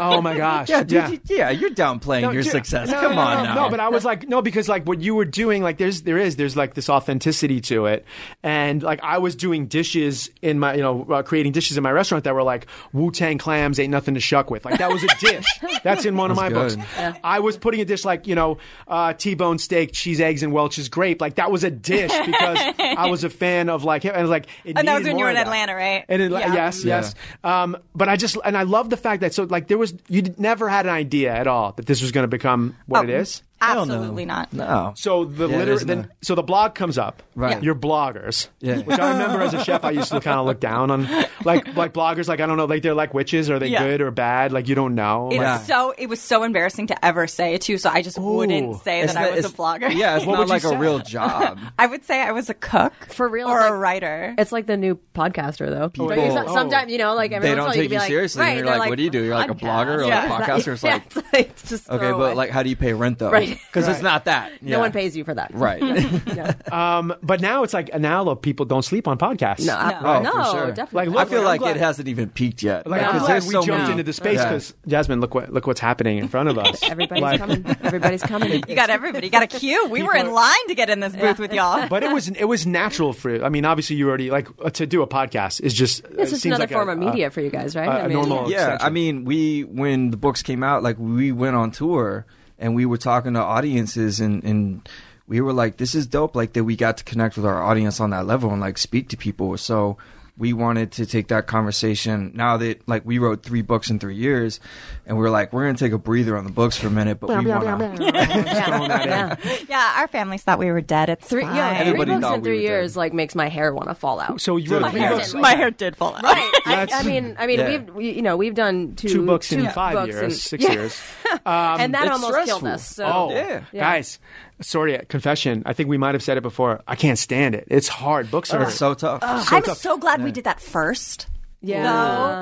B: Oh my gosh.
D: Yeah, dude, you- yeah, you're downplaying
B: No,
D: your
B: dude,
D: success.
B: no,
D: Come
B: no,
D: on
B: no,
D: now.
B: No, but I was like, no, because like what you were doing, like there's there is there's like this authenticity to it, and like I was doing dishes in my you know uh, creating dishes in my restaurant that were like Wu Tang clams ain't nothing to shuck with. Like that was a dish that's in one of my
D: That's
B: books.
D: good.
B: I was putting a dish like you know uh, T-bone steak, cheese, eggs, and Welch's grape. Like that was a dish because I was a fan of like him, and like it
E: And that was
B: needed
E: when
B: more
E: you were in
B: of that.
E: Atlanta, right?
B: And it, yes,
D: Yeah.
B: yes. Um, but I just and I love the fact that so like there was you d- never had an idea at all that this was going to become what it is.
D: don't know.
E: Absolutely not.
D: no.
B: So the
D: Yeah,
B: liter-
D: there's
B: then
D: no-
B: so the blog comes up.
D: Right. Yeah.
B: You're bloggers.
D: Yeah.
B: Which I remember as a chef, I used to kind of look down on like like bloggers. Like I don't know, like they're like witches. Are they
E: Yeah.
B: good or bad? Like you don't know.
E: It's
B: Like,
D: Yeah.
E: so it was so embarrassing to ever say it too, so I just
B: Ooh.
E: wouldn't say that I was a
D: it's-
E: blogger.
D: Yeah, it's
B: What would
D: not
B: you
D: like
B: say?
D: a real job.
E: I would say I was a cook
C: For real,
E: or
C: it's
E: a
C: like-
E: writer.
C: It's like the new podcaster, though. Don't you,
B: oh.
C: sometimes you know, like
D: they
C: everyone
D: don't take you seriously.
C: Right,
D: and you're
C: they're
D: like, what do you do? You're like a
C: podcast.
D: blogger or
E: Yeah.
D: a podcaster. It's
C: yeah,
D: like,
C: it's like it's just
D: okay,
C: throwaway.
D: but like, how do you pay rent though?
C: Right.
D: Because it's not that.
C: no one pays you for that,
D: Right. Oh,
C: Yeah.
B: um, but now it's like now look, people don't sleep on podcasts.
C: No, I-
D: Oh,
C: no,
D: for sure.
C: definitely.
B: Like,
C: not.
B: look,
D: I feel
B: I'm
D: like
B: glad-
D: it hasn't even peaked yet.
B: Like, I'm
D: because
B: glad
D: there's
B: we
D: so
B: jumped
D: many-
B: into the space
D: Yeah.
B: because Jasmine, look what look what's happening in front of us.
C: everybody's
B: Like-
C: coming. Everybody's coming.
E: you got everybody. You got a queue. We were in line to get in this booth with y'all.
B: but it was it was natural for you. I mean, obviously, you already like uh, to do a podcast is just
C: It's
B: it
C: just
B: seems
C: another
B: like a-
C: form of
B: a-
C: media for you guys, right?
B: a- a normal-
D: Yeah,
B: extension.
D: I mean, we when the books came out, like we went on tour and we were talking to audiences and and we were like, this is dope, like that we got to connect with our audience on that level and like speak to people. So we wanted to take that conversation now that like we wrote three books in three years, and we are like we're gonna take a breather on the books for a minute, but we want to.
C: yeah.
E: yeah, our families thought we were dead. It's
C: Three,
E: fine.
C: yeah, three
D: Everybody
C: books
D: thought
C: in
D: we
C: three
D: were
C: years like makes my hair want to fall out.
B: So you wrote
C: My
B: three
C: hair
B: books.
C: didn't
E: My hair did fall out.
C: Right. I, I mean, I mean,
D: Yeah.
C: we've we, you know we've done two
B: two books in
C: two
B: five
C: books
B: years,
C: in-
B: six
C: yeah.
B: years. Um,
C: and that
D: it's
C: almost killed
D: stressful.
C: us. So.
B: oh,
D: Yeah.
B: guys, sorry, confession. I think we might have said it before. I can't stand it. It's hard.
C: Oh.
B: Books are
D: It's so tough.
E: I'm so glad we did that first.
C: Uh, Yeah.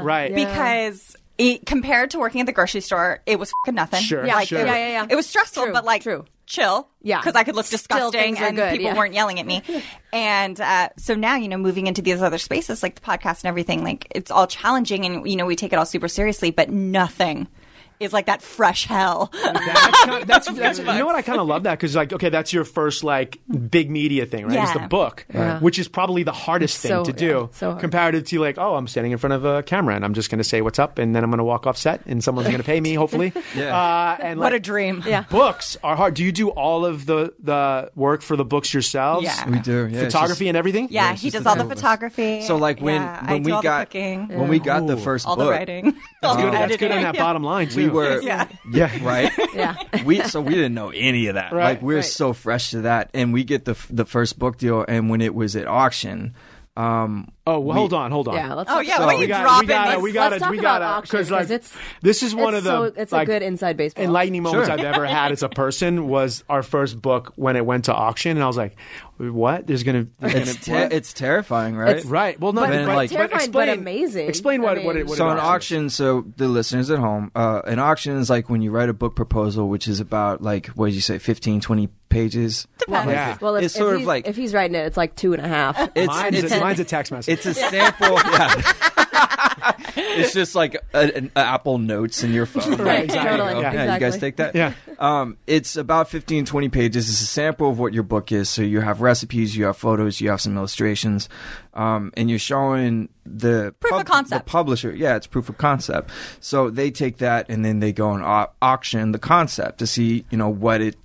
E: though,
B: Right. Yeah.
E: Because it, compared to working at the grocery store, it was fucking nothing.
B: Sure,
E: Like,
B: sure.
E: It,
B: Yeah,
C: yeah, yeah.
E: It was stressful,
C: True,
E: but like,
C: true.
E: chill.
C: Yeah.
E: Because I could look
C: Still
E: disgusting
C: things are
E: and
C: good,
E: people
C: yeah.
E: weren't yelling at me. and uh, so now, you know, moving into these other spaces like the podcast and everything, like it's all challenging and, you know, we take it all super seriously, but nothing is like that fresh hell.
B: that's, kind that's, that's you know what I kind of love that because like okay that's your first like big media thing right it's
E: Yeah.
B: the book
C: Yeah.
B: which is probably the hardest
C: It's
B: thing
C: so-
B: to do
C: yeah, so hard.
B: comparative to like oh I'm standing in front of a camera and I'm just going to say what's up and then I'm going to walk off set and someone's going to pay me hopefully
D: Yeah.
B: uh, and
E: what
B: like,
E: a dream. Yeah.
B: books are hard do you do all of the the work for the books yourselves
E: Yeah.
D: we do yeah, it's
B: photography
D: just-
B: and everything
E: Yeah,
D: it's
E: he
D: just
E: does
D: the
E: all the
D: two of us.
E: photography.
D: So like when
E: Yeah, I
D: when
E: do
D: we
E: all the
D: got
E: cooking,
D: when we got the first
E: all
D: book,
E: the writing, all the
B: Good, that's
E: editing.
B: good on that
E: Yeah.
B: bottom line too
D: we were
E: Yeah.
D: yeah right
C: Yeah.
D: we so we didn't know any of that.
B: Right.
D: Like we're
C: Right.
D: so fresh to that, and we get the f- the first book deal, and when it was at auction, um,
B: oh well, hold on hold on
C: Yeah, let's
E: Oh
C: talk
E: yeah,
C: about-
E: what are
B: we
E: you
B: got, we
E: dropping?
B: got,
E: This-
B: we got,
C: Let's
B: it,
C: talk
B: we got,
C: about
B: it, 'cause,
C: auction, 'cause it's-
B: this is one
C: it's
B: of the
C: so- it's a
B: like,
C: good inside baseball.
B: enlightening moments
D: Sure.
B: I've ever had as a person was our first book when it went to auction, and I was like, "What? There's gonna, there's
D: it's
B: gonna
D: te- it's terrifying, right?
B: right? Well, not
D: But-
B: right,
D: but
C: terrifying, but
B: explain,
C: amazing.
B: Explain
C: I
B: what,
C: mean-
B: what, it, what
D: So
B: it
D: an
B: is.
D: auction, so the listeners at home, uh, an auction is like when you write a book proposal, which is about like what did you say, 15, 20 pages.
C: Well,
B: Yeah.
C: well, if,
D: It's
C: if
D: sort of
C: he's-
D: like-
C: if he's writing it, it's like two and a half.
D: It's
B: Mine's,
D: it's
B: a, mine's a text message.
D: It's a sample. yeah. it's just like a, an Apple Notes in your phone.
C: Right,
B: exactly.
C: totally.
B: Yeah.
D: Yeah, you guys
C: Exactly.
D: take that?
B: Yeah.
D: Um, it's about 15, 20 pages. It's a sample of what your book is. So you have recipes, you have photos, you have some illustrations, um, and you're showing the
E: Proof of concept.
D: The publisher, yeah, it's proof of concept. So they take that and then they go and au- auction the concept to see, you know, what it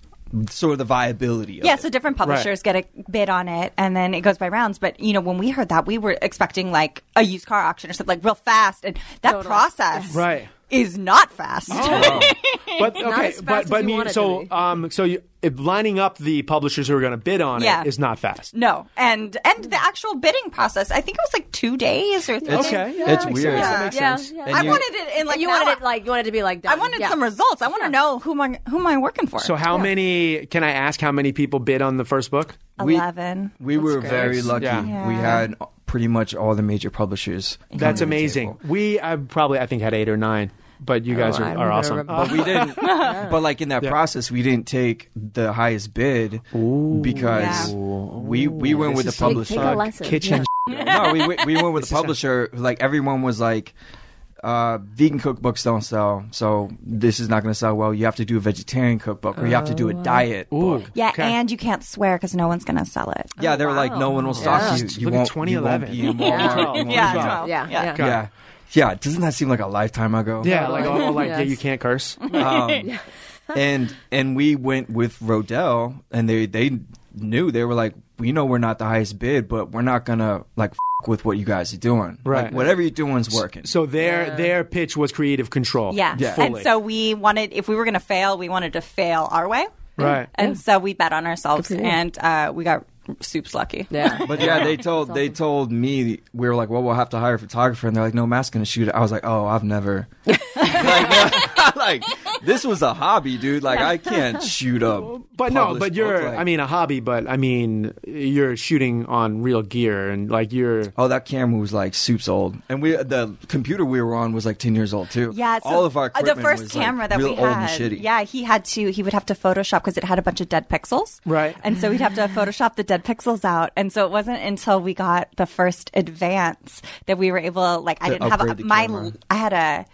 D: sort of the viability of
E: Yeah,
D: it.
E: so different publishers get a bid on it, and then it goes by rounds. But you know, when we heard that, we were expecting like a used car auction or something like real fast, and that process
B: Right.
E: is not fast.
B: but
C: Not
B: okay,
C: as fast
B: but
C: as
B: but
C: you
B: me-
C: want it to
B: so
C: be.
B: um, so you, if lining up the publishers who are going to bid on
E: Yeah.
B: it is not fast.
E: No, and and the actual bidding process, I think it was like two days or three.
D: It's-
E: days.
B: Okay, yeah,
D: it's
B: that makes
D: weird.
B: sense, that
C: Yeah,
B: makes
C: yeah,
B: sense.
C: yeah.
D: And
E: I
D: you-
E: wanted it in like
C: you
E: an
C: wanted
E: hour.
C: it like you wanted it to be like done.
E: I wanted
C: Yeah.
E: some results. I want to know who am I who am I working for?
B: So how many? Can I ask how many people bid on the first book?
D: we-
E: eleven?
D: We were very lucky.
B: Yeah.
E: Yeah.
D: We had pretty much all the major publishers. come
B: That's
D: to the
B: amazing.
D: table.
B: We I probably I think had eight or nine, but you guys
C: Oh, I
B: are,
C: don't
B: are awesome.
C: remember.
D: but we didn't. But like in that process, we didn't take the highest bid because
E: Yeah.
D: we we went with the
B: This is
C: Take,
D: publisher.
C: take a lesson.
B: kitchen
D: no, we went- we went with the publisher. Like everyone was like, uh, vegan cookbooks don't sell, so this is not going to sell well. You have to do a vegetarian cookbook, or you have to
B: Oh.
D: do a diet book.
E: Yeah,
B: Okay.
E: and you can't swear because no one's going to sell it.
D: Yeah, they were like,
C: wow.
D: no one will stock
C: Yeah.
D: you.
B: Just
D: You
B: look at
D: won't, you won't
B: 2011.
D: be in Walmart. You won't
E: Yeah,
D: be-
B: Wow.
E: twelve.
C: Yeah, yeah.
B: God.
D: yeah, yeah. Doesn't that seem like a lifetime ago?
B: Yeah, like oh, like yeah,
C: Yes.
B: you can't curse.
D: um, and and we went with Rodell, and they they knew they were like, we know we're not the highest bid, but we're not gonna like f- with what you guys are doing.
B: Right.
D: like, whatever you're doing's working.
B: So their their pitch was creative control.
E: Yeah.
B: fully.
E: And so we wanted, if we were going to fail, we wanted to fail our way.
B: Right.
E: And so we bet on ourselves
C: Good for you.
E: and uh, we got soups lucky.
C: Yeah.
D: but yeah, they told they told me we were like, well, we'll have to hire a photographer, and they're like, no, Matt's gonna shoot it. I was like, oh, I've never. like, like, this was a hobby, dude. Like I can't shoot a.
B: But no,
D: published
B: but
D: book,
B: you're
D: like-
B: I mean a hobby, but I mean you're shooting on real gear and like you're
D: Oh, that camera was like soup's old, and we the computer we were on was like ten years old too.
E: Yeah, so
D: all of our
E: uh,
D: equipment
E: the first
D: was, like,
E: camera that
D: real
E: we
D: old and
E: had.
D: shitty.
E: Yeah, he had to. He would have to Photoshop because it had a bunch of dead pixels.
B: Right.
E: and so he'd have to Photoshop the dead pixels out. And so it wasn't until we got the first advance that we were able. Like I
D: To
E: didn't have a,
D: upgrade the
E: my.
D: camera.
E: I had a.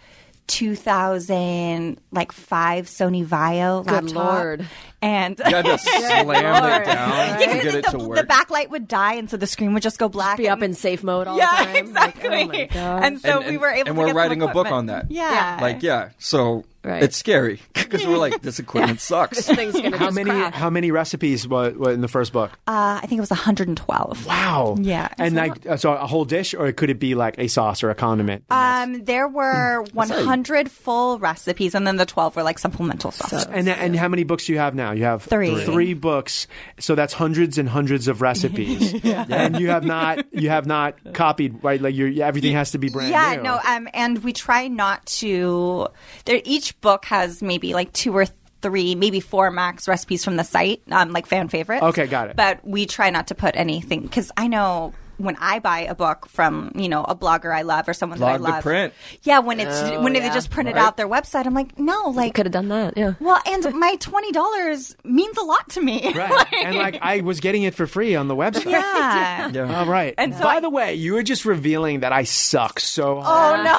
E: 2000 like five Sony Vaio
C: Good
E: laptop,
C: Lord.
E: and
D: You had to slam
C: Lord.
D: it down
E: Yeah, 'cause
D: to get
E: then
D: it
E: the,
D: to work.
E: the backlight would die, and so the screen would just go black.
C: Be up
E: and-
C: in safe mode all
E: yeah,
C: the time. Like,
E: exactly.
C: oh my God.
E: And so
D: And-
E: we
D: and-
E: were able.
D: and
E: to
D: we're
E: get some
D: writing a book
E: equipment.
D: on that.
E: Yeah,
D: like yeah, so
F: Right.
D: It's scary because we're like, this equipment sucks.
F: this thing's gonna
G: How
F: just
G: many
F: crash.
G: how many recipes were, were in the first book?
E: Uh, I think it was 112.
G: Wow.
E: Yeah,
G: And
E: it's a
G: like uh, so a whole dish or could it be like a sauce or a condiment?
E: Um, there
D: Hmm.
E: were 100 full recipes, and then the 12 were like supplemental sauces.
G: and and how many books do you have now? You have
E: Three.
G: three books. So that's hundreds and hundreds of recipes. And you have not you have not copied right like you everything has to be brand
E: yeah,
G: new.
E: no, um, and we try not to. There, each book has maybe like two or three, maybe four max recipes from the site, um, like fan favorites.
G: Okay, got it.
E: But we try not to put anything because I know. When I buy a book from you know a blogger I love or someone
D: Blog
E: that
D: to
E: I love,
D: print.
E: yeah, when it's
G: Oh,
E: when they
F: yeah.
E: just printed out their website, I'm like, no, like
F: could have done that? Yeah.
E: well, and my twenty dollars means a lot to me,
G: Right. and like I was getting it for free on the website.
E: yeah.
G: All right.
E: And so
G: by
E: I-
G: the way, you were just revealing that I suck so hard.
E: Oh no.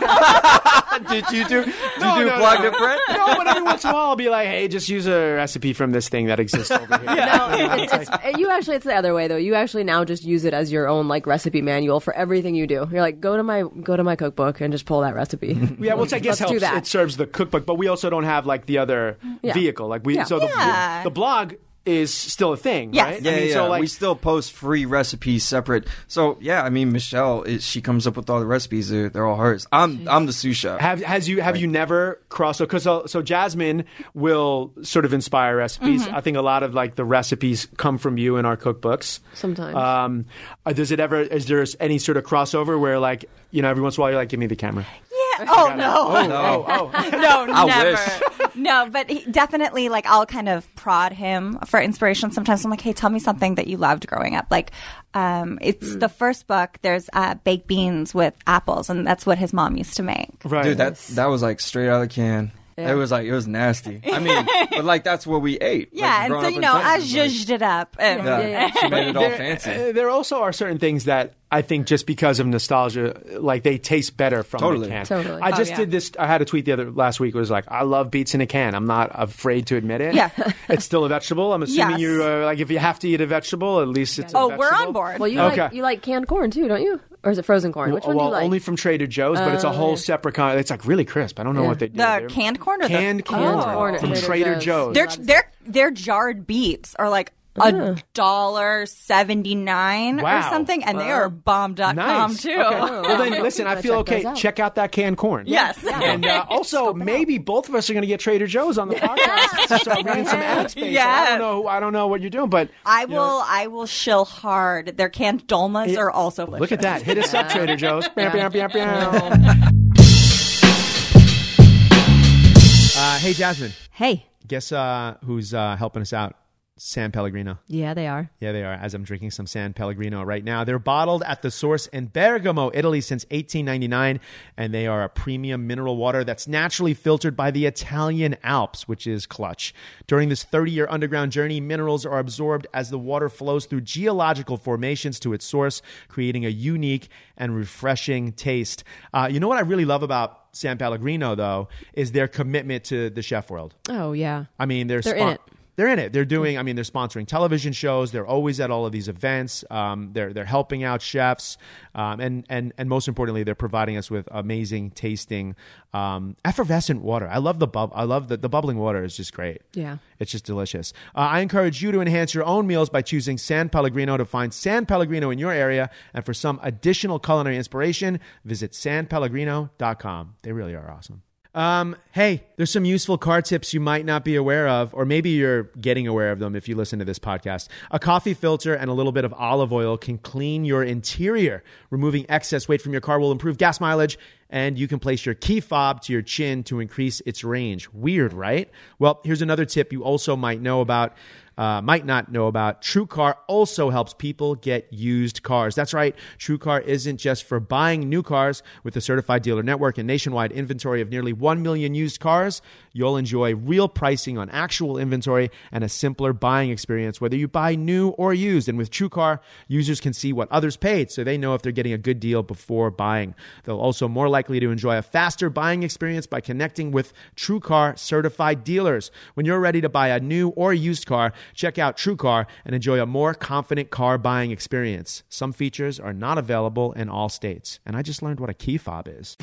D: Did you do? Did
G: No,
D: you do
G: no,
D: blog
G: no.
D: to print?
G: no, but every once in a while I'll be like, hey, just use a recipe from this thing that exists over here.
F: No, it's, it's, you actually it's the other way though. You actually now just use it as your own like recipe manual for everything you do. You're like go to my go to my cookbook and just pull that recipe.
G: Yeah, which I guess
F: Let's do
G: helps.
F: that.
G: It serves the cookbook, but we also don't have like the other
F: Yeah.
G: vehicle. Like we,
F: Yeah.
G: so the,
E: Yeah.
G: the blog is still a thing,
E: Yes.
G: right?
D: Yeah,
G: I mean,
D: yeah.
G: So like,
D: we still post free recipes separate. So yeah, I mean Michelle, is, she comes up with all the recipes. They're, they're all hers. I'm I'm the sous chef.
G: have has you have you never crossed? So because so, so Jasmine will sort of inspire recipes.
F: Mm-hmm.
G: I think a lot of like the recipes come from you in our cookbooks.
F: Sometimes.
G: um, uh, does it ever? Is there any sort of crossover where like you know every once in a while you're like, give me the camera?
E: Yeah. Oh no.
D: no.
G: Oh, oh.
E: No, never.
D: wish.
E: No, but he, definitely, like, I'll kind of prod him for inspiration. Sometimes I'm like, hey, tell me something that you loved growing up. Like, um, it's the first book, there's uh, baked beans with apples, and that's what his mom used to make.
G: right.
D: Dude, that that was like straight out of the can. It was like it was nasty. I mean, but like that's what we ate.
E: Yeah,
D: Like,
E: and
D: growing
E: so,
D: up
E: you
D: in
E: know, I
D: Texas, like,
E: zhuzhed it up. And,
D: yeah,
F: Yeah, yeah.
D: she made it all
G: there-
D: fancy.
G: uh, there also are certain things that I think just because of nostalgia, like they taste better from
D: Totally.
G: the can.
F: Totally.
G: I
E: Oh,
G: just
E: yeah.
G: did this. I had a tweet the other last week. It was like, I love beets in a can. I'm not afraid to admit it.
E: Yeah.
G: it's still a vegetable. I'm assuming
E: Yes.
G: you uh, like if you have to eat a vegetable, at least it's.
E: Oh,
G: a
E: we're
G: vegetable.
E: on board.
F: well, you like
G: Okay.
F: you like canned corn too, don't you? Or is it frozen corn? Which one
G: well,
F: do you like?
G: only from Trader Joe's, but it's a whole separate kind. It's like really crisp. I don't know what they do.
E: Oh. the
G: They're-
E: canned corn or
G: canned
E: the Oh,
G: corn,
F: Canned corn at
G: from
F: Trader
G: Trader
F: Joe's.
G: Joe's.
E: Their, their, their jarred beets are like a dollar seventy nine or
G: Wow.
E: something, and they are bomb.com
G: Nice.
E: too.
G: Okay. Well, then listen, I
F: gotta
G: feel
F: check
G: okay.
F: those out.
G: Check out that canned corn.
E: Yes.
G: And uh, also, maybe both of us are going to get Trader Joe's on the podcast to start running some ad space. I
E: Yes.
G: don't know. I don't know what you're doing, but
E: I will. I will shill hard. Their canned dolmas are also.
G: look at that. Hit us up, Trader Joe's. Bam, bam, bam, bam.
B: Uh, hey, Jasmine,
F: hey,
B: guess uh, who's uh, helping us out? San Pellegrino.
F: yeah, they are.
B: Yeah, they are. As I'm drinking some San Pellegrino right now, they're bottled at the source in Bergamo, Italy, since 1899, and they are a premium mineral water that's naturally filtered by the Italian Alps, which is clutch. During this 30-year underground journey, minerals are absorbed as the water flows through geological formations to its source, creating a unique and refreshing taste. Uh, you know what I really love about San Pellegrino, though, is their commitment to the chef world.
F: Oh yeah.
B: I mean, they're
F: They're in it. Hmm.
B: They're in it. They're doing. I mean, they're sponsoring television shows. They're always at all of these events. Um, they're they're helping out chefs, um, and and and most importantly, they're providing us with amazing tasting, um, effervescent water. I love the bub. I love the the bubbling water is just great.
F: Yeah.
B: It's just delicious. Uh, I encourage you to enhance your own meals by choosing San Pellegrino to find San Pellegrino in your area. And for some additional culinary inspiration, visit sanpellegrino.com. They really are awesome. Um, hey, there's some useful car tips you might not be aware of, or maybe you're getting aware of them if you listen to this podcast. A coffee filter and a little bit of olive oil can clean your interior. Removing excess weight from your car will improve gas mileage, and you can place your key fob to your chin to increase its range. Weird, right? Well, here's another tip you also might know about uh, might not know about. TrueCar also helps people get used cars. That's right. TrueCar isn't just for buying new cars. With a certified dealer network and nationwide inventory of nearly 1 million used cars, you'll enjoy real pricing on actual inventory and a simpler buying experience, whether you buy new or used. And with TrueCar, users can see what others paid, so they know if they're getting a good deal before buying. They'll also more likely to enjoy a faster buying experience by connecting with TrueCar certified dealers. When you're ready to buy a new or used car, check out TrueCar and enjoy a more confident car buying experience. Some features are not available in all states. And I just learned what a key fob is.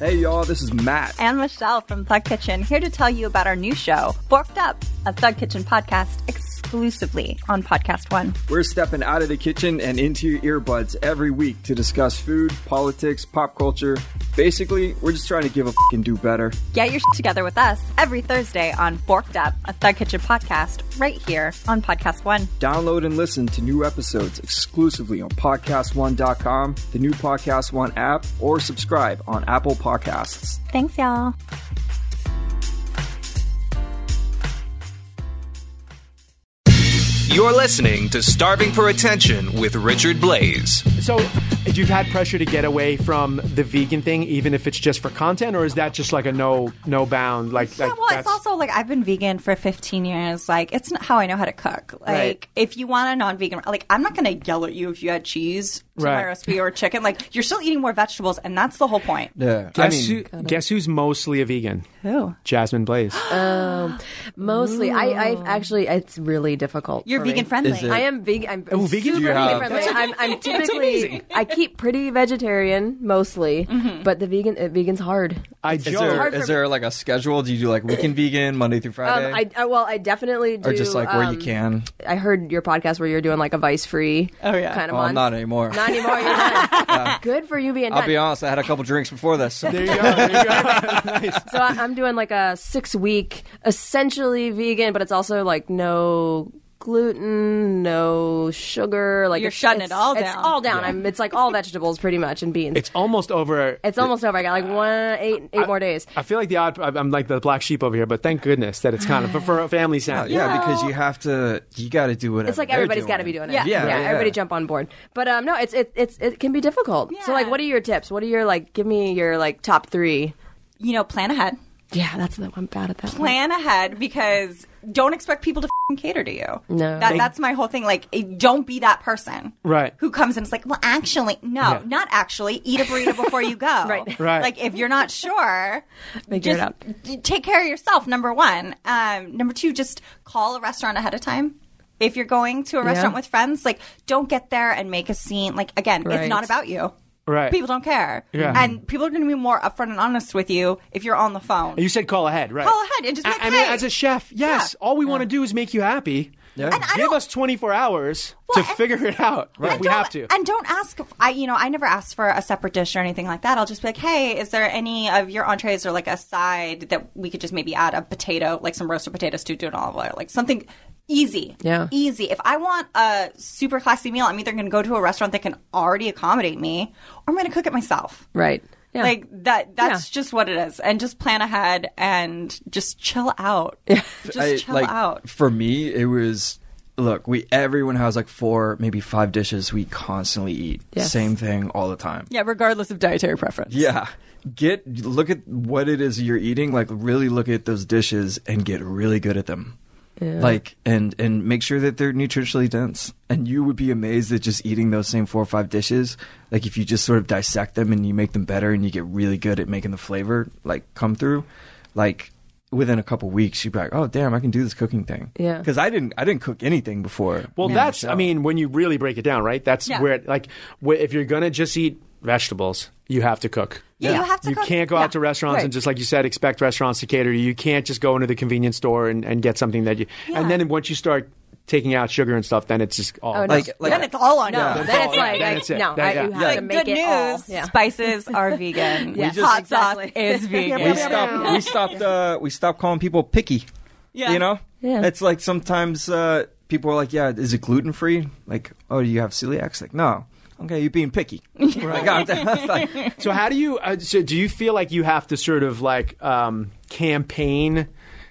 D: Hey, y'all, this is Matt.
E: and Michelle from Thug Kitchen here to tell you about our new show, Borked Up, a Thug Kitchen podcast exclusively on Podcast One.
D: We're stepping out of the kitchen and into your earbuds every week to discuss food, politics, pop culture. Basically, we're just trying to give a fucking do better.
E: Get your shit together with us every Thursday on Borked Up, a Thug Kitchen podcast right here on Podcast One.
D: Download and listen to new episodes exclusively on podcast1.com, the new Podcast One app, or subscribe on Apple Podcasts.
E: Thanks, y'all.
A: You're listening to Starving for Attention with Richard Blaze.
B: So, if you've had pressure to get away from the vegan thing, even if it's just for content, or is that just like a no no bound? Like,
E: Yeah,
B: like
E: well, it's
B: that's-
E: also like I've been vegan for 15 years. Like, it's not how I know how to cook. Like,
B: Right.
E: if you want a non-vegan, like, I'm not going to yell at you if you add cheese to
B: Right.
E: my recipe or chicken. Like, you're still eating more vegetables, and that's the whole point.
D: Yeah. I
B: Guess,
D: mean,
B: who, guess who's mostly a vegan?
E: Who?
B: Jasmine Blaze.
F: Mostly, I,
D: Mm.
F: I actually, it's really difficult.
E: You're
F: for me.
E: vegan friendly.
D: Is it-
F: I am vegan. I'm
B: Oh,
F: oh,
B: vegan?
F: vegan. Super
D: Yeah.
F: vegan friendly. I'm, I'm typically, I keep pretty vegetarian mostly,
E: Mm-hmm.
F: but the vegan, uh, vegan's hard.
B: I
D: is
B: joke.
D: there,
F: hard
D: is
F: for-
D: there like a schedule? Do you do like weekend vegan, Monday through Friday?
F: Um, I, I well, I definitely do.
D: or just like where you
F: um,
D: can?
F: I heard your podcast where you're doing like a vice free.
E: Oh, yeah.
F: kind of
D: Oh,
F: month.
D: not anymore.
F: Not anymore. You're not. Good for you being.
D: I'll
F: done.
D: be honest, I had a couple drinks before this. So.
B: There you go. There you go. nice.
F: So I, I'm doing like a six week, essentially vegan, but it's also like no gluten, no sugar. Like
E: You're
F: it's-
E: shutting
F: it's-
E: it all
F: It's
E: down.
F: all down. I'm, it's like all vegetables pretty much and beans.
B: It's almost over.
F: It's almost over. I got like one, eight, eight more days.
B: I feel like the odd. I'm like the black sheep over here, but thank goodness that it's kind of for a family sound.
D: Yeah, because you have to, you got to do whatever.
F: It's like
D: they're
F: everybody's got to
D: doing.
F: be doing it.
E: Yeah.
D: Yeah, yeah.
F: everybody jump on board. But um, no, it's it, it's it can be difficult. So like,
E: Yeah.
F: what are your tips? What are your like? Give me your like top three.
E: You know, plan ahead.
F: Yeah, that's the I'm bad at that. one.
E: Plan ahead because don't expect people to fing cater to you.
F: No.
E: That,
F: They-
E: that's my whole thing. Like, it- don't be that person.
B: Right.
E: Who comes and is like, well, actually, no,
B: Yeah.
E: not actually. Eat a burrito before you go. right.
B: Right.
E: Like, if you're not sure,
F: Figure it
E: just
F: out.
E: d- Take care of yourself. Number one. Um, number two, just call a restaurant ahead of time. If you're going to a restaurant with friends, like don't get there and make a scene. Like again, it's
F: Right.
E: not about you.
B: Right.
E: People don't care.
B: Yeah.
E: And people are going to be more upfront and honest with you if you're on the phone.
B: You said call ahead, right?
E: Call ahead and just be
B: I,
E: like,
B: I mean,
E: "Hey."
B: as a chef, yes, all we want to do is make you happy. Yeah.
D: And
E: I
B: Give
E: don't-
B: us 24 hours
E: Well,
B: to
E: and-
B: figure it out if we
E: don't-
B: have to.
E: And don't ask. I you know I never ask for a separate dish or anything like that. I'll just be like, hey, is there any of your entrees or like a side that we could just maybe add a potato, like some roasted potatoes to do an olive oil, like something. Easy,
F: Yeah.
E: easy. If I want a super classy meal, I'm either going to go to a restaurant that can already accommodate me, or I'm going to cook it myself.
F: Right. Yeah.
E: Like that. That's just what it is. And just plan ahead and just chill out. Just
D: I-
E: chill
D: like,
E: out.
D: For me, it was look. We everyone has like four, maybe five dishes we constantly eat.
F: Yes.
D: Same thing all the time.
E: Yeah, regardless of dietary preference.
D: Yeah. Get look at what it is you're eating. Like really look at those dishes and get really good at them. Like and and make sure that they're nutritionally dense. And you would be amazed at just eating those same four or five dishes. Like if you just sort of dissect them and you make them better and you get really good at making the flavor like come through, like within a couple weeks you'd be like, oh damn, I can do this cooking thing.
F: Yeah.
D: Because I didn't I didn't cook anything before.
B: Well,
D: me and
B: that's, I
D: Michelle.
B: mean, when you really break it down, right? That's
E: Yeah.
B: where, it, like, wh- if you're going to just eat vegetables, you have to cook.
E: Yeah, you have to.
B: You
E: cook.
B: can't go
E: Yeah.
B: out to restaurants and
F: Right.
B: just like you said, expect restaurants to cater. to You You can't just go into the convenience store and, and get something that you. And then once you start taking out sugar and stuff, then it's just all.
F: Oh, no.
D: like like
E: Then it's all on you.
F: no, then it's
B: Yeah,
F: like
B: then
F: I-
B: it's it.
F: no,
B: Yeah,
F: I,
B: yeah.
F: you have
E: Like,
F: to make
E: good
F: it
E: news,
F: all. Yeah.
E: spices are vegan.
F: Yes,
E: Hot
F: exactly.
E: sauce is
D: we
E: vegan.
D: stopped we stopped uh we stopped calling people picky
E: Yeah.
D: you know
F: Yeah.
D: it's like sometimes uh people are like yeah is it gluten free like oh do you have celiac It's like no okay you're being picky like, "Oh, I'm- that's like-
B: So how do you? Uh, so do you feel like you have to sort of like um, campaign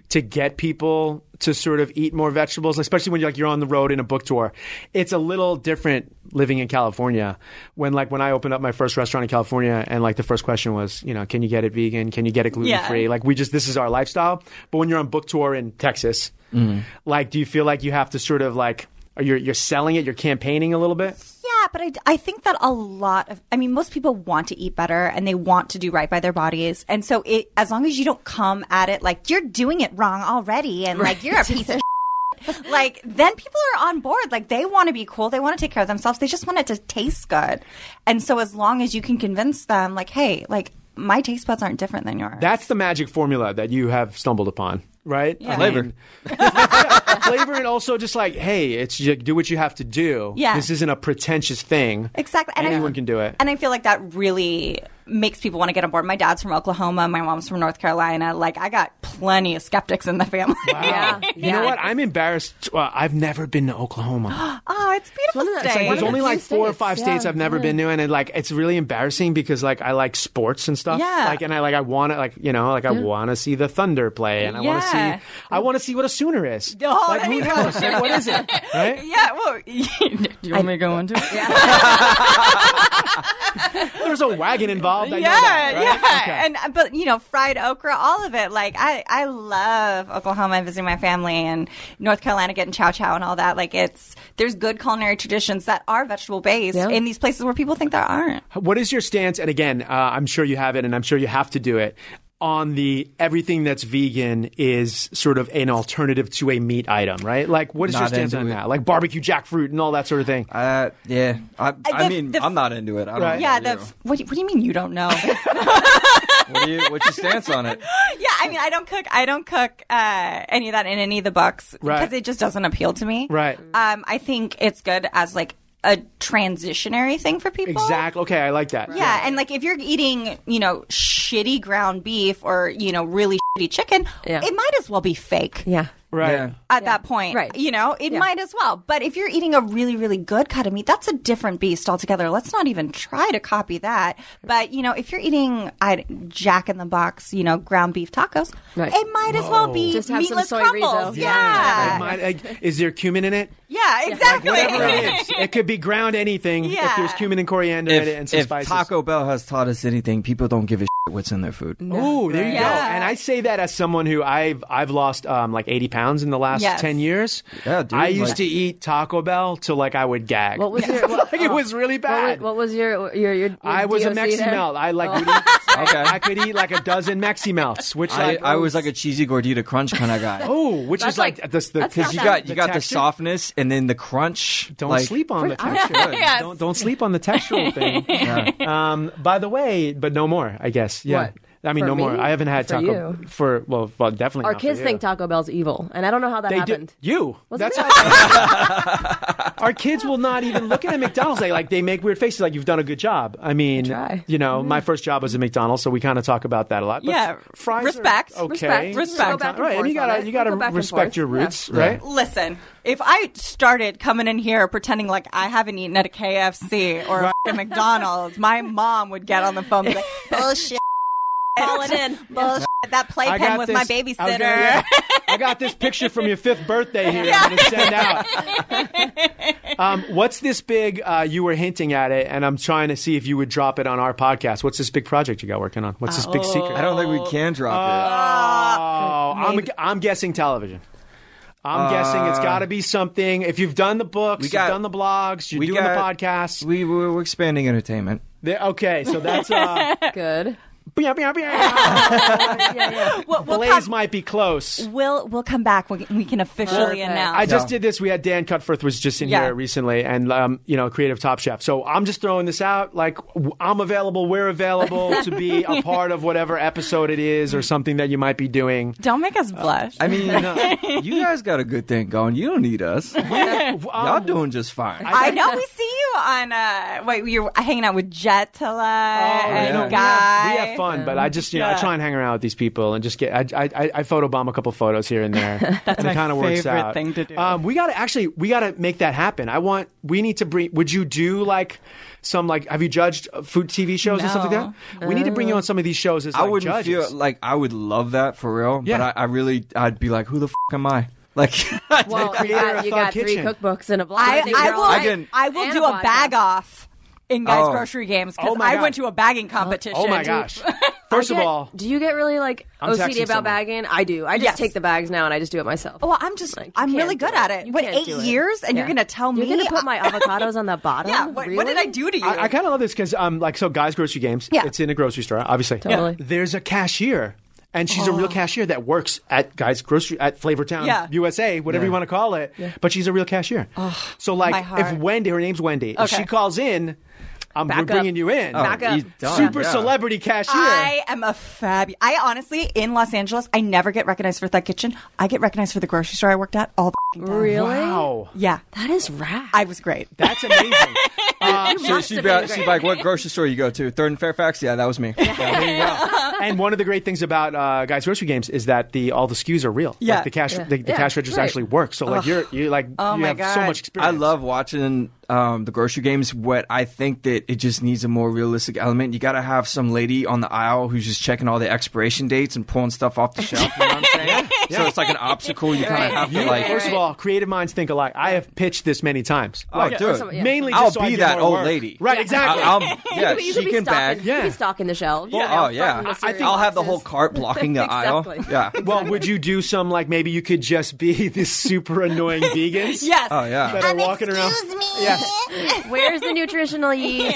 B: to get people to sort of eat more vegetables, especially when you're like you're on the road in a book tour? It's a little different living in California. When like when I opened up my first restaurant in California, and like the first question was, you know, can you get it vegan? Can you get it gluten free? Like we just this is our lifestyle. But when you're on book tour in Texas, like do you feel like you have to sort of like are you you're selling it? You're campaigning a little bit.
E: Yeah, but I, I think that a lot of, I mean, most people want to eat better and they want to do right by their bodies. And so it, as long as you don't come at it like, you're doing it wrong already and like, you're a piece of shit," Like, then people are on board. Like, they want to be cool. They want to take care of themselves. They just want it to taste good. And so as long as you can convince them, like, hey, like, my taste buds aren't different than yours.
B: That's the magic formula that you have stumbled upon, right?
E: Yeah.
D: Flavor.
B: Yeah, flavor, and also just like, hey, it's you do what you have to do.
E: Yeah.
B: this isn't a pretentious thing.
E: Exactly. I-
B: Anyone can do it.
E: And I feel like that really makes people want to get on board. My dad's from Oklahoma, my mom's from North Carolina. Like I got plenty of skeptics in the family.
F: Yeah.
B: You know what? I'm embarrassed. Uh, I've never been to Oklahoma.
E: oh, it's a beautiful
F: Isn't that-
E: state.
F: it's
B: There's
F: One of
B: only
F: the
B: like
F: few
B: four or
F: states,
B: five
F: yeah,
B: states I've never
F: yeah.
B: been to, and it, like it's really embarrassing because like I like sports and stuff.
E: Yeah.
B: Like, and I like I want to like you know like I want to see the Thunder play, and I want to
E: Yeah.
B: see I want to see what a Sooner is.
E: Oh,
B: like
E: there
B: who
E: you go.
B: knows? Like, what is it? Right?
E: yeah, well, do you want me to go into it? Yeah,
B: There's a wagon involved. I know
E: yeah,
B: that, right? Okay.
E: yeah. And but you know, fried okra, all of it. Like I, I love Oklahoma and visiting my family, and North Carolina getting chow chow and all that. Like it's there's good culinary traditions that are vegetable based
F: Yeah.
E: in these places where people think there aren't.
B: What is your stance? And again, uh, I'm sure you have it, and I'm sure you have to do it on the everything that's vegan is sort of an alternative to a meat item, right? Like, what is your
D: Not
B: stance
D: into
B: on
D: it.
B: that? Like barbecue jackfruit and all that sort of thing.
D: Uh, yeah. I, I
E: the-
D: mean,
E: the-
D: I'm not into it. I don't
B: Right.
D: know
E: Yeah,
D: about
E: the,
D: you.
E: what, do you- what do you mean you don't know?
D: What do you, what's your stance on it?
E: yeah, I mean, I don't cook. I don't cook uh, any of that in any of the books
B: Right.
E: because it just doesn't appeal to me.
B: Right.
E: Um, I think it's good as like a transitionary thing for people.
B: Exactly. Okay, I like that.
E: Yeah, and like if you're eating, you know, shitty ground beef or you know really shitty chicken,
F: Yeah.
E: it might as well be fake.
F: Yeah.
B: Right.
D: Yeah.
E: At that point,
F: Right.
E: You know, it might as well. But if you're eating a really, really good cut of meat, that's a different beast altogether. Let's not even try to copy that. But you know, if you're eating I, Jack in the Box, you know, ground beef tacos,
F: Right.
E: it might as well be
F: Just have some
E: meatless
F: soy
E: crumbles.
F: Rizzo.
B: Like,
E: Yeah. yeah,
B: my- like, is there cumin in it?
E: exactly.
B: Whatever it is, it could be ground anything. If
E: Yeah.
B: there's cumin and coriander in it and
D: If,
B: some
D: if
B: spices.
D: Taco Bell has taught us anything, people don't give a shit what's in their food.
B: Ooh, there you go.
E: Yeah.
B: And I say that as someone who I've I've lost um, like eighty pounds in the last
E: Yes.
B: ten years.
D: Yeah, dude,
B: I used
D: like-
B: to eat Taco Bell till like I would gag.
F: What was your what, uh,
B: like it was really
F: what,
B: bad.
F: wa- what was your your your? your
B: I was a
F: DOC
B: Mexi
F: there? Oh.
B: melt. I like would eat,
D: Okay.
B: I could eat like a dozen Mexi melts, which
D: I,
B: like
D: I was like a cheesy gordita crunch kind of guy.
B: oh, which
F: That's
B: is like,
F: like-
B: this the
F: that's
B: because
F: not
D: you
F: that-
D: got you got the
B: texture.
D: softness and then the crunch.
B: Don't
D: like-
B: sleep on the
F: I'm
B: texture.
F: good.
E: Yes.
B: Don't don't sleep on the textural thing. Um, by the way, but no more. I guess. Yeah.
F: What?
B: I mean,
F: For
B: no more.
F: me?
B: I haven't had
F: For
B: taco
F: you?
B: for well, well, definitely.
F: Our
B: not for
F: kids
B: you.
F: think Taco Bell's evil, and I don't know how that
B: They
F: happened.
B: do. You.
F: Wasn't
B: That's
F: it?
B: how. Our kids will not even look at a McDonald's. They like they make weird faces. Like you've done a good job. I mean,
F: try. Mm-hmm.
B: you know, my first job was at McDonald's, so we kind of talk about that a lot. But
E: Yeah,
B: fries are
E: respect,
B: okay.
F: respect, respect. Go back and
B: right? and you
F: forth on
B: gotta
F: it.
B: you gotta
F: Go back and
B: respect
F: forth.
B: your
F: Yeah.
B: roots,
D: Yeah.
B: right?
E: Listen, if I started coming in here pretending like I haven't eaten at a KFC or a f***ing McDonald's, my mom would get on the phone and be like, bullshit. Calling in. Bullshit. That playpen was my
B: this-
E: babysitter.
B: I, was gonna- yeah. I got this picture from your fifth birthday here. I'm gonna send out. Um, what's this big? Uh, you were hinting at it, and I'm trying to see if you would drop it on our podcast. What's this big project you got working on? What's this
F: Oh,
B: big secret?
D: I don't think we can drop
B: Oh, I'm, I'm guessing television. I'm guessing it's got to be something. If you've done the books,
D: Uh, we got-
B: you've done the blogs, you're
D: we
B: doing
D: got-
B: the podcasts.
D: it. We we're, we're expanding entertainment.
B: There- okay, so that's uh,
F: Good.
B: yeah, yeah, yeah.
E: We'll, we'll,
B: Blaze
E: come,
B: might be close.
E: we'll, we'll come back. We, we can officially
F: Perfect.
E: announce.
B: I just
D: Yeah.
B: did this. We had Dan Cutforth was just in
E: Yeah.
B: here recently, and um, you know, creative Top Chef. So I'm just throwing this out. Like w- I'm available. We're available to be a part of whatever episode it is or something that you might be doing.
E: Don't make
B: Uh,
E: us blush.
D: I mean, you guys got a good thing going. You don't need us.
B: um,
D: Y'all doing just fine.
E: I know we see you on. Uh, wait, you're hanging out with Jetilla and
B: Oh,
D: yeah.
B: We have,
E: Guy.
B: we have fun, but I just you know I
E: Yeah.
B: try and hang around with these people and just get I I, I, I photobomb a couple photos here and there. That's and it
E: my
B: kinda works
E: favorite
B: out.
E: thing to do.
B: Um, we gotta actually we gotta make that happen. I want we need to bring. Would you do like some like have you judged uh, food TV shows and stuff like
E: No.
B: that? We need to bring you on some of these shows as
D: I
B: like,
D: wouldn't
B: judges.
D: feel like I would love that for real.
B: Yeah.
D: But I, I really, I'd be like, who the f- am I? Like, I
F: Well, you
B: creator
F: got,
B: of
F: you
B: Thug
F: got three
B: Kitchen.
F: cookbooks and a blog.
E: I,
F: think
E: I
F: you're
E: will.
F: all
E: I,
F: right.
D: didn't-
E: will
F: And
E: do
F: a
E: a bag
F: podcast.
E: off in guys'
D: Oh.
E: grocery games because
B: Oh my
E: I
B: gosh.
E: went to a bagging competition.
B: oh my gosh! First of
F: Get-
B: all,
F: do you get really like
B: I'm
F: OCD
B: texting
F: about
B: someone.
F: bagging? I do. I just
E: Yes.
F: take the bags now and I just do it myself.
E: Well, I'm just,
F: Like, you
E: I'm
F: can't
E: really
F: do
E: good
F: it.
E: at it.
F: You
E: What,
F: can't
E: eight
F: do it.
E: years? And you're
F: Yeah.
E: going to tell
F: You're
E: me?
F: gonna put my avocados on the bottom?
E: yeah, what, what did
F: Really?
E: I do to you?
B: I, I kind of love this because um, like so guys' grocery games.
E: Yeah.
B: it's in a grocery store, obviously.
F: Totally. Yeah.
B: There's a cashier. And she's a real cashier that works at Guys Grocery at Flavortown
E: Yeah.
B: USA, whatever you want to call it. But she's a real cashier. so like,
E: my
B: if
E: heart.
B: Wendy, her name's Wendy, if
E: Okay.
B: she calls in, I'm
C: Back
B: we're
C: up.
B: bringing you in.
D: Oh,
F: Back up.
D: he's done,
B: Super
D: yeah.
B: celebrity cashier.
E: I am a fab. I honestly, in Los Angeles, I never get recognized for that kitchen. I get recognized for the grocery store I worked at all the f***ing time.
F: Really?
B: wow,
E: Yeah.
F: That is rad.
E: I was great.
B: that's amazing. Uh,
F: You
D: So
F: must
D: she'd
F: have
D: be,
F: been
D: she'd be
F: great.
D: like, "What grocery store you go to? Third and Fairfax? Yeah, that was me." Yeah.
B: Oh, there you go. And one of the great things about uh, Guys Grocery Games is that the all the SKUs are real.
E: Yeah.
B: like the cash
F: Yeah.
B: the, the
F: Yeah,
B: cash registers
F: right.
B: actually work. So like you're you like
E: Oh
B: you
E: my
B: have so
E: God.
B: much
D: I
B: experience.
D: love watching um, the grocery games. What I think that it just needs a more realistic element. You got to have some lady on the aisle who's just checking all the expiration dates and pulling stuff off the shelf. You know what I'm saying? So it's like an obstacle you kind of have to
B: You,
D: like.
B: first of all, creative minds think alike. I have pitched this many times.
D: Oh, dude.
F: some- yeah.
B: Mainly,
D: I'll
B: just so I
D: be
B: get
D: that
B: more
D: old
B: work.
D: lady.
B: Right, exactly.
D: I- I'm-
F: You
D: yeah,
F: could be- you
D: she
F: could be
D: can
F: stocking-
D: bag.
F: You
B: Yeah.
F: could be stocking the shelf. you know,
D: Oh
F: front
D: yeah,
F: in the
D: I-
F: cereal
D: I'll have the
F: boxes.
D: whole cart blocking the aisle.
F: Exactly.
D: Yeah.
B: Well, would you do some like maybe you could just be this super annoying vegans?
E: Yes.
D: Oh yeah.
E: Um,
B: that are walking around. Yes.
F: Where's the nutritional yeast?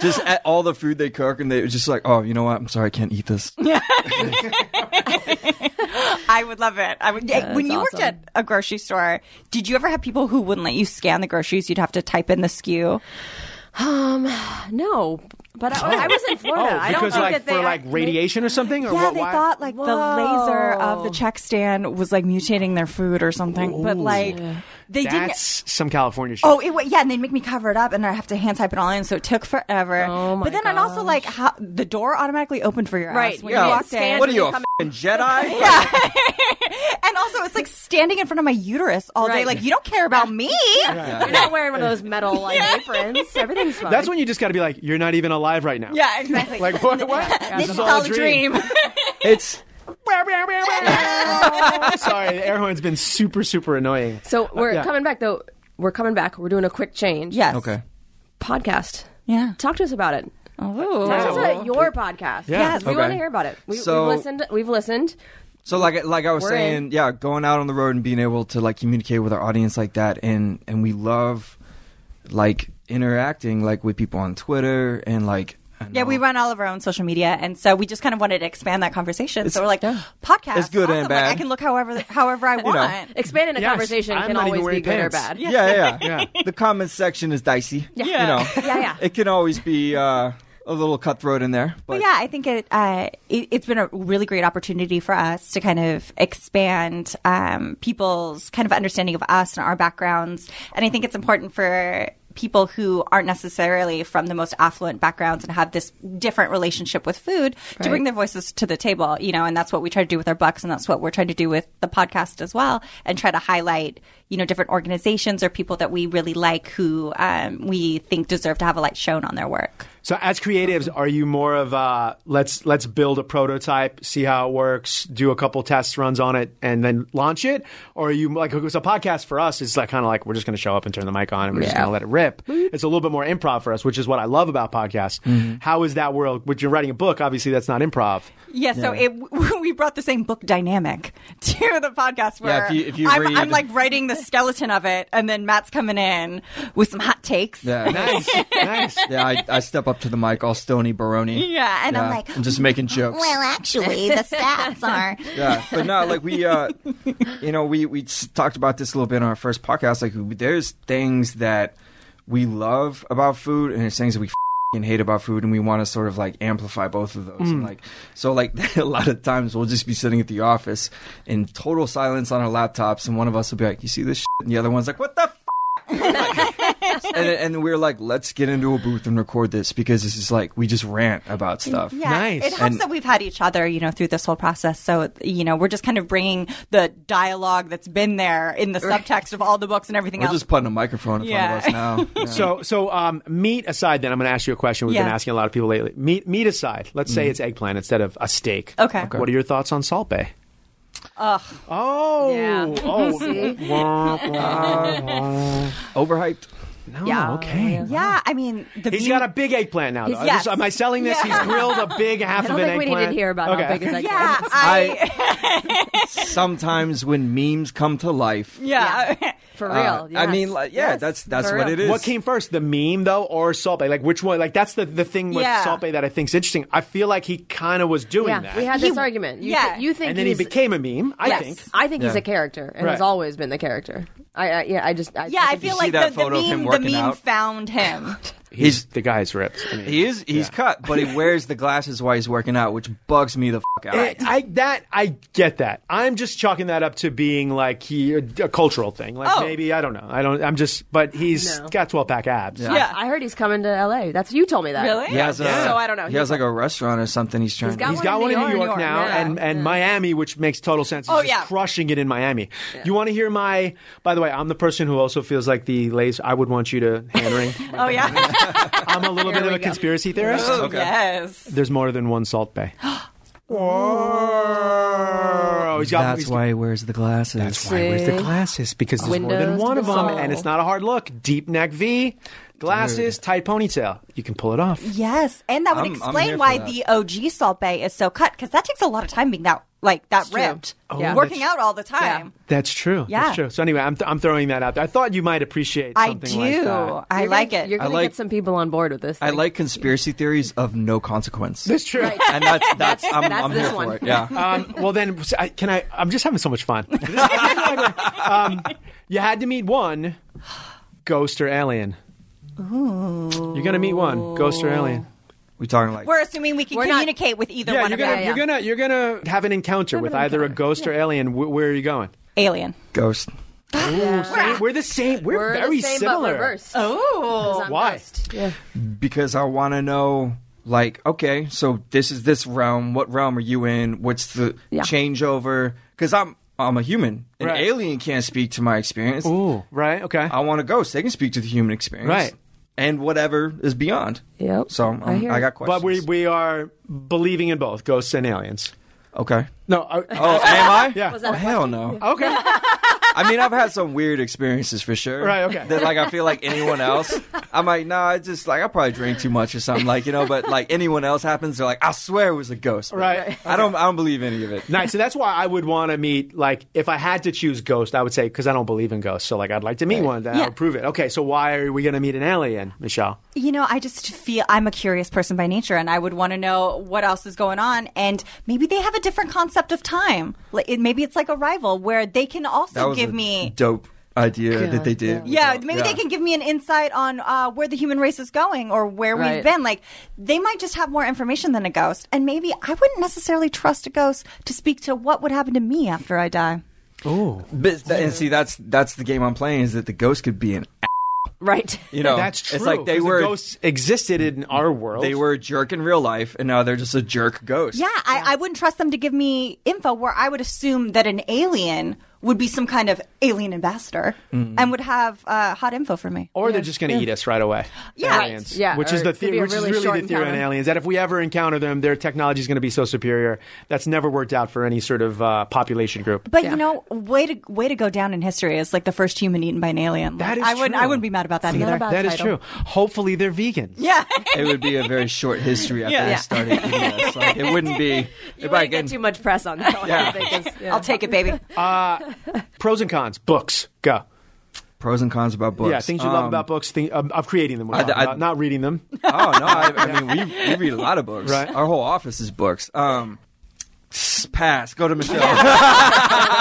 D: just at all the food they cook, and they were just like, "Oh, you know what? I'm sorry, I can't eat this."
E: I would love it. I would. when you worked
F: awesome.
E: at a grocery store, did you ever have people who wouldn't let you scan the groceries? You'd have to type in the SKU.
F: No, but I, I was in
B: Oh,
F: Florida. I don't
B: because
F: think
B: like
F: that they
B: for like radiation or something, or
E: Yeah,
B: what,
E: they
B: why?
E: thought like the laser of the
F: Whoa.
E: check stand was like mutating their food or something, but like they didn't.
B: That's some California shit.
E: Oh, it, wa- yeah, and they'd make me cover it up, and I have to hand type it all in, so it took forever.
F: Oh, my
E: but then, and also like how the door automatically opened for your
F: Right,
E: ass when
F: yeah.
E: you walked
F: Scan-
E: in.
D: What are you, a
F: Come
D: f***ing Jedi?
E: and also, it's like standing in front of my uterus all day.
F: Right.
E: Like you don't care about me.
F: You're not wearing one of those metal like aprons. Everything's fine.
B: That's when you just got to be like, you're not even alive right now.
E: Yeah, exactly.
B: Like what? what?
E: this is all a dream.
D: It's
B: Sorry, the air horn's been super, super annoying.
F: so we're
B: yeah.
F: coming back though. We're coming back. We're doing a quick change.
E: yes.
D: okay.
F: Podcast.
E: Yeah.
F: Talk to us about it.
E: Oh.
F: Talk to us about your podcast.
B: Yeah.
F: We
D: Okay.
F: want to hear about it. We,
D: So-
F: we've listened. We've listened.
D: So like like I was
F: We're
D: saying,
F: in.
D: yeah, going out on the road and being able to like communicate with our audience like that, and and we love like interacting like with people on Twitter and like I
E: Yeah,
D: know-
E: we run all of our own social media, and so we just kind of wanted to expand that conversation. so we're like, podcast.
D: It's good
E: awesome.
D: and
E: Like,
D: bad.
E: I can look however however I want.
F: Expanding a
B: Yes,
F: conversation
B: I'm
F: can
B: not even
F: always be
B: wearing
F: good or
B: pants.
F: bad.
D: yeah yeah yeah. the comments section is dicey. Yeah, you know,
F: Yeah, yeah.
D: it can always be uh, a little cutthroat in there, but,
E: But yeah, I think it, uh, it it's been a really great opportunity for us to kind of expand um, people's kind of understanding of us and our backgrounds, and I think it's important for people who aren't necessarily from the most affluent backgrounds and have this different relationship with food to bring their voices to the table, you know, and that's what we try to do with our bucks and that's what we're trying to do with the podcast as well and try to highlight, you know, different organizations or people that we really like who um, we think deserve to have a light shown on their work.
B: So, as creatives, are you more of uh, let's let's build a prototype, see how it works, do a couple test runs on it, and then launch it? Or are you like it's a podcast for us? It's like kind of like we're just going to show up and turn the mic on, and we're just going to let it rip. It's a little bit more improv for us, which is what I love about podcasts. How is that world? When you're writing a book, obviously that's not improv.
E: Yeah, so It, we brought the same book dynamic to the podcast where
D: if you- if you
E: I'm,
D: read-
E: I'm like writing the skeleton of it, and then Matt's coming in with some hot takes.
D: yeah.
B: Nice, nice.
D: Yeah, I, I step up to the mic all stony baroni.
E: Yeah, and I'm like,
D: I'm just making jokes.
E: actually, the stats are.
D: yeah, but no, like we, uh, you know, we we s- talked about this a little bit on our first podcast. Like, there's things that we love about food, and there's things that we f***ing hate about food, and we want to sort of like amplify both of those.
E: Mm.
D: And like, so like a lot of times we'll just be sitting at the office in total silence on our laptops, and one of us will be like, "You see this?" Shit? And the other one's like, "What the?" F-? Like, and, and we're like, let's get into a booth and record this because this is like we just rant about stuff.
E: Yeah,
B: Nice.
E: it helps
D: And-
E: that we've had each other, you know, through this whole process. So you know, we're just kind of bringing the dialogue that's been there in the subtext of all the books and everything
D: We're
E: else.
D: just putting a microphone in
E: Yeah.
D: front of us now. Yeah.
B: So, so um, meat aside, then I'm going to ask you a question we've been
E: Yeah.
B: asking a lot of people lately. Meat, meat aside, let's
F: Mm-hmm.
B: say it's eggplant instead of a steak.
E: Okay. Okay.
B: What are your thoughts on salt bay? Ugh. Oh.
F: Yeah.
B: Oh.
F: See?
B: Wah, wah, wah.
D: overhyped.
B: No.
F: Yeah.
B: Oh, Okay.
E: yeah, I mean, the
B: He's
E: beauty-
B: got a big eggplant now. Though.
E: He's-
B: I just-
E: yes.
B: am I selling this? He's grilled a big half
F: I don't
B: of an
F: think we
B: eggplant.
F: needed to hear about
B: okay.
F: how big is that.
E: Yeah, I.
D: I sometimes when memes come to life.
E: yeah.
F: for real.
D: uh, I
F: yes.
D: mean, like, yeah,
F: Yes,
D: that's that's
F: for
D: what
F: real.
D: it is.
B: What came first, the meme though, or Salt Bay? Like which one? Like that's the, the thing with
E: Yeah.
B: Salt Bay that I think's interesting. I feel like he kind of was doing
F: Yeah,
B: that,
F: we had
E: He-
F: this argument. You
E: yeah.
F: thi- you think
B: and then he
F: he's,
B: became a meme. I
E: Yes.
B: think.
F: I think he's
D: Yeah.
F: a character and
B: Right.
F: has always been the character. I, I yeah, I just I,
E: Yeah, I
F: think
E: feel
D: see
E: like
D: that
E: the, the
D: photo of him
E: meme, the
D: working
E: meme
D: out?
E: found him.
B: He's,
D: He's-
B: the guy's ripped. I mean,
D: He is he's
B: yeah.
D: cut, but he wears the glasses while he's working out, which bugs me the fuck out.
B: Eh, I, I that I get that. I'm just chalking that up to being like he a cultural thing. Like
E: Oh.
B: maybe I don't know. I don't. I'm just. But he's
F: No.
B: got 12 pack abs.
E: Yeah.
F: I heard he's coming to LA. That's you told me that.
E: Really?
D: He has a,
F: So I don't know.
D: He has like a restaurant or something. He's trying.
F: got
D: to,
B: He's
F: one
B: got
F: in
B: one in
F: New
B: New
F: York
B: York now,
F: now.
B: and and Miami, which makes total sense. He's
E: Oh,
B: just
E: yeah.
B: crushing it in Miami. You want to hear my? By the way, I'm the person who also feels like the lace. I would want you to hand ring.
E: Oh yeah.
B: I'm a little bit of a conspiracy theorist.
E: Yes.
B: There's more than one Salt Bay. oh, he's got.
D: that's
B: he's-
D: why he wears the glasses.
B: That's why he wears the
F: See?
B: glasses because there's more than
F: Windows
B: one
F: to
B: of
F: the
B: them,
F: soul.
B: and it's not a hard look. Deep neck V, glasses, tight ponytail. You can pull it off.
E: Yes, and that would
D: I'm- I'm here
E: explain
D: for
E: why
D: that.
E: the OG Salt Bay is so cut because that takes a lot of time being that like that ripped,
B: Yeah.
E: working
B: that's-
E: out all the time.
B: That's true.
E: Yeah.
B: That's true. So anyway, I'm, I'm throwing that out. there. I thought you might appreciate.
E: I
B: Something
E: do.
B: Like that.
E: I
F: You're
E: like
F: gonna,
E: it.
F: You're gonna
D: like-
F: get some people on board with this.
D: I
F: thing.
D: like conspiracy theories of no consequence.
B: That's true.
D: and that's that's, I'm,
F: that's
D: I'm
F: this
D: here
F: one.
D: for it. Yeah.
B: Um, well then, s- I- can I? I'm just having so much fun. um, you had to meet one ghost or alien. You're gonna meet one ghost or alien.
D: We talking like
E: We're assuming we can
F: We're not-
E: communicate with either
B: Yeah,
E: one
B: you're
E: of
B: gonna
E: them.
B: you're gonna you're gonna have an encounter with either a ghost or alien. Wh- where are you going?
E: Alien.
D: ghost.
B: Same- we're the same. We're,
F: We're
B: very
F: the same
B: similar.
F: but reversed.
E: Oh,
B: Why?
D: because I want to know like okay so this is this realm what realm are you in what's the
F: Yeah.
D: changeover cuz I'm I'm a human an
B: Right.
D: alien can't speak to my experience
B: Ooh, right. Okay.
D: I want a ghost they can speak to the human experience
B: Right.
D: and whatever is beyond
F: Yep.
D: so
F: I
D: um,
F: hear
D: I,
F: it.
D: got
B: but
D: questions
B: we we are believing in both ghosts and aliens.
D: okay
B: No. I,
D: oh am I
B: Yeah. Was that
D: oh, hell no
B: Okay.
D: I mean I've had some weird experiences for sure
B: Right, okay.
D: that like I feel like anyone else I'm like nah it's just like I probably drink too much or something like you know but like anyone else happens they're like I swear it was a ghost but
B: Right.
D: I don't I don't believe any of it
B: nice. So that's why I would want to meet. Like, if I had to choose ghost, I would say because I don't believe in ghosts. So like, I'd like to meet one that
E: Yeah.
B: I would prove it. Okay. So why are we going to meet an alien, Michelle?
E: you know, I just feel I'm a curious person by nature, and I would want to know what else is going on. And maybe they have a different concept of time. Like, it- Maybe it's like a rival where they can
D: That
E: also
D: was
E: give
D: a
E: me
D: dope idea that they did.
E: Yeah, maybe they can give me an insight on uh, where the human race is going or where
F: Right.
E: we've been. Like, they might just have more information than a ghost. And maybe I wouldn't necessarily trust a ghost to speak to what would happen to me after I die.
D: But, th- and see, that's that's the game I'm playing is that the ghost could be an. a-
F: Right.
D: You know,
B: that's true.
D: Oh, It's like they
B: 'cause the
D: were
B: ghosts existed in our world.
D: they were a jerk in real life, and now they're just a jerk ghost.
E: Yeah, I, I wouldn't trust them to give me info where I would assume that an alien would be some kind of alien ambassador and would have uh, hot info for me.
B: Mm-hmm. Or they're just going to eat us right away.
E: Yeah.
B: aliens.
F: Right. Yeah,
B: which
F: or
B: is the
F: it could
B: theory,
F: be a
B: which
F: really
B: is really
F: short
B: the theory on
F: encounter.
B: aliens that if we ever encounter them, their technology is going to be so superior. That's never worked out for any sort of uh, population group.
E: But you know, way to way to go down in history is like the first human eaten by an alien. Like,
B: That is
E: I wouldn't
B: true.
E: I wouldn't be mad about that either.
F: about-
B: that is
F: title.
B: true. Hopefully, they're vegans.
E: yeah.
D: It would be a very short history after
E: Yeah.
D: they
E: Yeah.
D: started eating us. Like, it wouldn't be.
F: You
D: if I
F: might get
D: can-
F: too much press on that one. I think is- yeah.
E: I'll take it, baby.
B: Pros and cons. Books. Go.
D: pros and cons about books.
B: Yeah, things you love
D: Um,
B: about books. Thing, um, of creating them. We're
D: I-
B: talking
D: I-
B: about, not reading them.
D: Oh no! I, I mean, we, we read a lot of books.
B: Right.
D: Our whole office is books. Um, s- pass. Go to Michelle.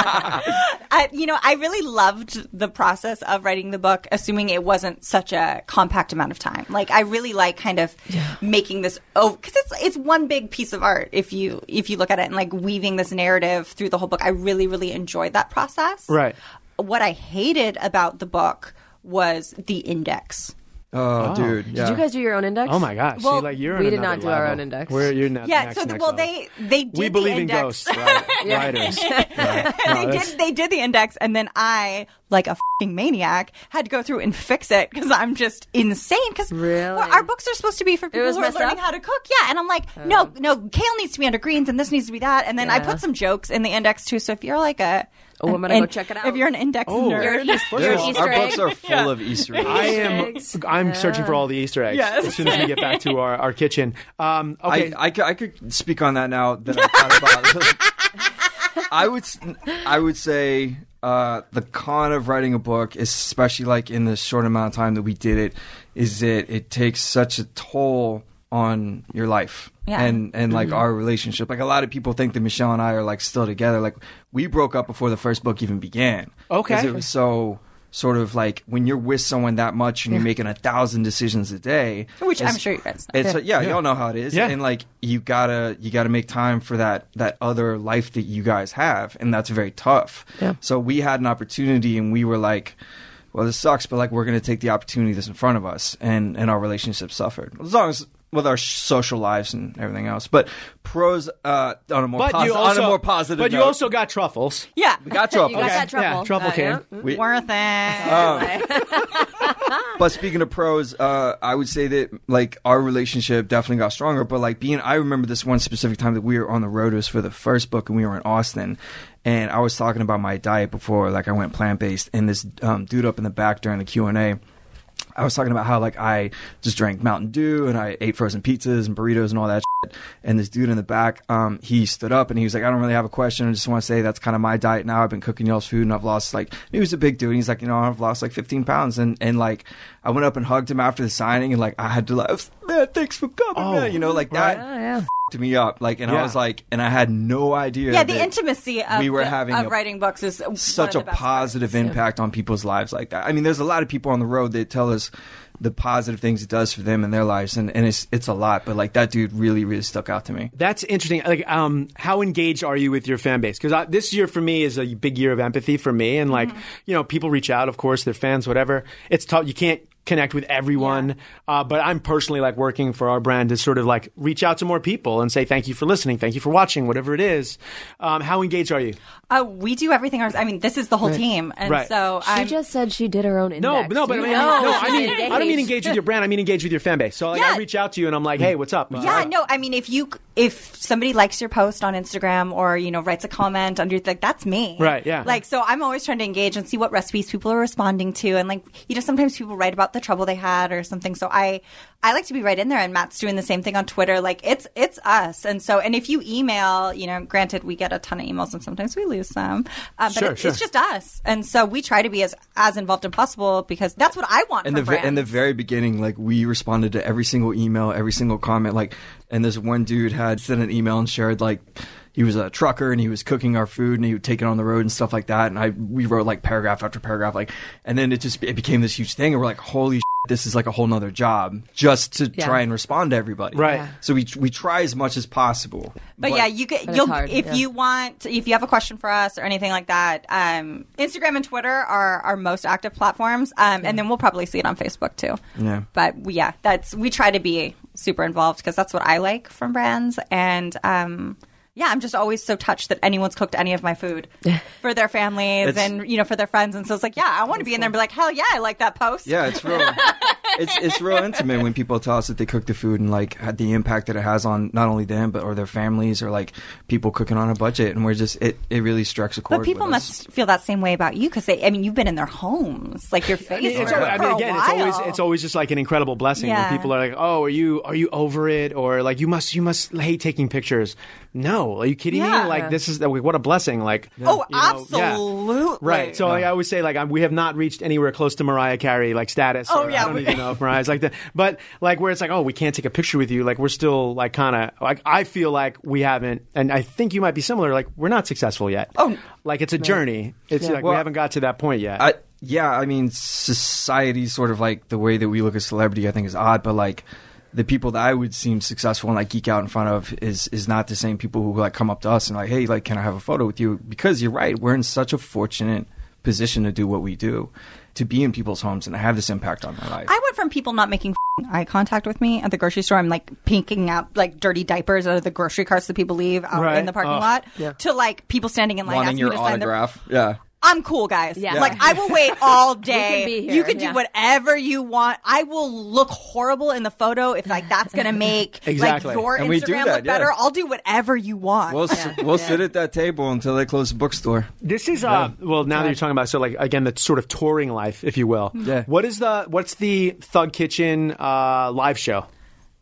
E: I, you know, I really loved the process of writing the book, assuming it wasn't such a compact amount of time. Like, I really like kind of making this oh, because it's it's one big piece of art if you if you look at it and like weaving this narrative through the whole book. I really really enjoyed that process.
B: Right.
E: What I hated about the book was the index.
D: oh, dude. Yeah.
F: Did you guys do your own index?
B: Oh my gosh. See,
F: Well,
B: like, you're on
F: we did
B: another
F: not do our
B: level.
F: own index.
B: Where you're not.
E: Yeah.
B: next,
E: so the,
B: next
E: well,
B: level.
E: they they did
B: we believe
E: the
B: in
E: index.
B: ghosts. Right? Writers. Right. No,
E: they
B: that's-
E: did they did the index and then i like a fing maniac had to go through and fix it because i'm just insane because
F: Really?
E: our books are supposed to be for people
F: was
E: who are
F: messed
E: learning
F: up?
E: how to cook yeah and i'm like no no kale needs to be under greens and this needs to be that and then i
F: Yeah.
E: put some jokes in the index too so if you're like a
F: Oh, I'm
E: an-
F: gonna go
E: an-
F: check it
E: if
F: out.
E: you're an index
B: Oh.
E: nerd
B: First
F: Your
B: of all,
F: Easter
D: Our
F: egg.
D: books are full of Easter eggs.
B: I
F: Easter
B: am.
F: eggs.
B: I'm searching for all the Easter eggs as soon as we get back to our, our kitchen. Um, okay.
D: I, I, cou- I could speak on that now that I thought about. I would s- I would say uh, the con of writing a book, especially like in the short amount of time that we did it, is that it takes such a toll on your life
E: Yeah. Mm-hmm.
D: and and like our relationship. Like a lot of people think that Michelle and I are like still together. Like we broke up before the first book even began.
B: Okay.
D: 'Cause it was so sort of like when you're with someone that much and you're making a thousand decisions a day,
E: Which I'm
D: it's-
E: sure you guys know.
D: It's yeah, y'all know how it is,
B: Yeah.
D: and like you gotta you gotta make time for that that other life that you guys have, and that's very tough.
C: Yeah.
D: So we had an opportunity, and we were like, "Well, this sucks," but like we're gonna take the opportunity that's in front of us, and and our relationship suffered as long as with our sh- social lives and everything else. But pros uh, on a more
B: But
D: posi-
B: you also
D: on a more positive.
B: But you
D: note-
B: also got truffles.
E: yeah.
D: we got trouble.
F: You got that trouble.
B: Yeah, truffle
F: Uh,
B: can.
D: We-
E: Worth it.
D: but speaking of pros, uh, I would say that like our relationship definitely got stronger. But like being, I remember this one specific time that we were on the road. It was for the first book, and we were in Austin, and I was talking about my diet before, like I went plant based, and this um, dude up in the back during the Q and A. I was talking about how like I just drank Mountain Dew and I ate frozen pizzas and burritos and all that shit. And this dude in the back, um, he stood up and he was like, I don't really have a question. I just want to say that's kind of my diet now. I've been cooking y'all's food and I've lost like, he was a big dude. And he's like, you know, I've lost like 15 pounds. And, and like, I went up and hugged him after the signing and like, I had to like, "Oh, man, thanks for coming,
E: Oh,
D: man. You know, like that f***ed me up. Like, and I
B: Yeah.
D: was like, and I had no idea.
E: yeah, the
D: that-
E: intimacy of,
D: we were
E: the-
D: having
E: of
D: a-
E: writing books is one
D: such
E: of the
D: a
E: best
D: positive impact on people's lives like that. I mean, there's a lot of people on the road that tell us the positive things it does for them in their lives, and, and it's it's a lot. But like that dude really really stuck out to me.
B: That's interesting. Like, um, how engaged are you with your fan base? Because this year for me is a big year of empathy for me, and
F: Mm-hmm.
B: like, you know, people reach out, of course, their fans, whatever. It's tough. You can't connect with everyone, uh, but I'm personally like working for our brand to sort of like reach out to more people and say thank you for listening, thank you for watching, whatever it is. Um, how engaged are you?
E: Uh, we do everything ours. I mean, this is the whole team, and
B: Right.
E: so
F: She
E: I'm,
F: just said she did her own index.
B: No, no, but I
F: You
B: mean,
F: know
B: no,
F: she
B: I
F: did
B: mean, I don't mean engage with your brand. I mean engage with your fan base. So like, I
E: Yeah.
B: reach out to you and I'm like, hey, what's up?
E: yeah, no. I mean, if you if somebody likes your post on Instagram or you know writes a comment under like that's me,
B: Right, yeah.
E: Like so, I'm always trying to engage and see what recipes people are responding to, and like you know sometimes people write about the trouble they had or something. So I I like to be right in there, and Matt's doing the same thing on Twitter. Like it's it's us, and so and if you email, you know, granted we get a ton of emails and sometimes we lose some, uh, but
B: Sure,
E: it's,
B: sure.
E: it's just us, and so we try to be as as involved as possible because that's what I want.
D: And the
E: from
D: ve- and the
E: brands.
D: very beginning, like we responded to every single email, every single comment. Like, and this one dude had sent an email and shared like he was a trucker and he was cooking our food and he would take it on the road and stuff like that. And I we wrote like paragraph after paragraph, like, and then it just it became this huge thing. And we're like, holy. Shit, this is like a whole nother job just to
F: Yeah.
D: try and respond to everybody.
B: Right. Yeah.
D: So we we try as much as possible.
E: But, yeah, you could
F: it's
E: you'll
F: hard,
E: if
F: yeah.
E: you want if you have a question for us or anything like that. Um, Instagram and Twitter are our most active platforms, um, and then we'll probably see it on Facebook too.
D: Yeah.
E: But we, yeah, that's we try to be super involved because that's what I like from brands, and um, yeah, I'm just always so touched that anyone's cooked any of my food for their families
D: It's-
E: and you know for their friends, and so it's like yeah, I want to be in there and be like hell yeah, I like that post.
D: Yeah, it's real. it's it's real intimate when people tell us that they cook the food and like had the impact that it has on not only them but or their families or like people cooking on a budget and we're just it, it really strikes a chord.
E: But people
D: with us.
E: must feel that same way about you because they. I mean, you've been in their homes, like your face.
B: I mean, it's
E: for-
B: always, I
E: for
B: mean,
E: a
B: again, it's always
E: while.
B: it's always just like an incredible blessing
E: Yeah.
B: when people are like, "Oh, are you are you over it?" Or like, "You must you must hate taking pictures." No, are you kidding
E: Yeah.
B: me? Like, this is like, what a blessing! Like,
E: Oh,
B: you know, yeah.
E: absolutely.
B: Right. So like, I always say, like, I'm, we have not reached anywhere close to Mariah Carey, like, status.
E: Oh,
B: or
E: yeah,
B: I don't
E: we-
B: even know if Mariah's like that. But, like, where it's like, oh, we can't take a picture with you. Like, we're still, like, kind of, like, I feel like we haven't, and I think you might be similar, like, we're not successful yet.
E: Oh.
B: Like, it's a journey. It's like,
D: Well,
B: we haven't got to that point yet.
D: I, yeah, I mean, society's sort of like the way that we look at celebrity, I think is odd, but like the people that I would seem successful and like geek out in front of is is not the same people who like come up to us and like, hey, like, can I have a photo with you? Because you're right, we're in such a fortunate position to do what we do, to be in people's homes and to have this impact on their life.
E: I went from people not making f***ing eye contact with me at the grocery store. I'm like pinking out like dirty diapers out of the grocery carts that people leave out
B: Right.
E: in the parking
B: Ugh.
E: lot to like people standing in line
D: Wanting
E: asking
D: your
E: me to sign their-
D: autograph, yeah.
E: I'm cool, guys.
F: Yeah.
E: Like I will wait all day.
F: be here,
E: You can do
F: yeah.
E: whatever you want. I will look horrible in the photo if like that's gonna make
B: Exactly.
E: like your
D: And we do
E: Instagram
D: that,
E: look better.
D: yeah.
E: I'll do whatever you want.
D: We'll s- we'll sit at that table until they close the bookstore.
B: This is uh well now that you're talking about so like again that sort of touring life if you will.
D: Yeah.
B: What is the what's the Thug Kitchen uh live show?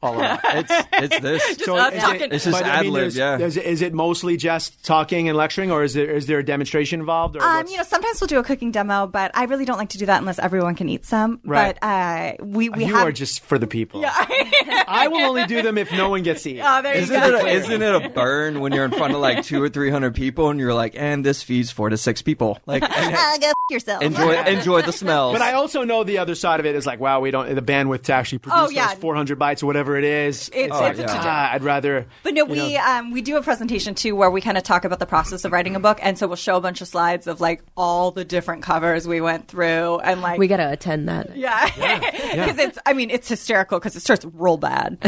B: all around.
D: It's it's this.
B: So
E: us
B: is
E: talking.
B: it-
E: It's
D: just
B: but, I mean,
D: ad-lib,
B: there's-
D: yeah.
B: there's- Is it mostly just talking and lecturing, or is there is there a demonstration involved? Or
E: Um,
B: what's-
E: you know, sometimes we'll do a cooking demo, but I really don't like to do that unless everyone can eat some.
B: Right.
E: But uh, we we
B: you
E: have
B: are just for the people. I will only do them if no one gets to eat.
E: Oh, there you
D: Isn't
E: go.
D: it, a, isn't it a burn when you're in front of like two or three hundred people and you're like, and this feeds four to six people. Like,
E: Uh, go f- yourself.
D: enjoy enjoy the smells.
B: But I also know the other side of it is like, wow, we don't the bandwidth to actually produce
E: Oh, yeah.
B: those 400 bytes or whatever it is. It's, like,
E: it's a to-do.
B: ah, I'd rather.
E: But no, we um, we do a presentation too where we kind of talk about the process of writing a book, and so we'll show a bunch of slides of like all the different covers we went through, and like
F: We gotta attend that.
E: yeah, because it's I mean it's hysterical because it starts real bad,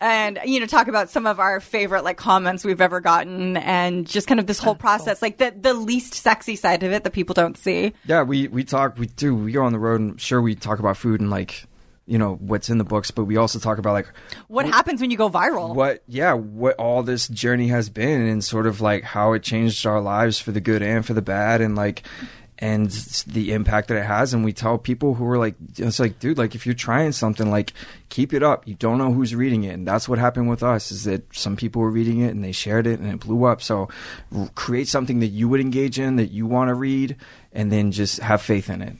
E: and you know talk about some of our favorite like comments we've ever gotten, and just kind of this whole process, like the the least sexy side of it that people don't see.
D: yeah, we we talk. We do. We go on the road and sure we talk about food and like, you know, what's in the books. But we also talk about like
E: What happens when you go viral?
D: what yeah what all this journey has been and sort of like how it changed our lives for the good and for the bad and like and s- the impact that it has and we tell people who are like it's like dude like if you're trying something like keep it up you don't know who's reading it and that's what happened with us is that some people were reading it and they shared it and it blew up so r- create something that you would engage in that you want to read and then just have faith in it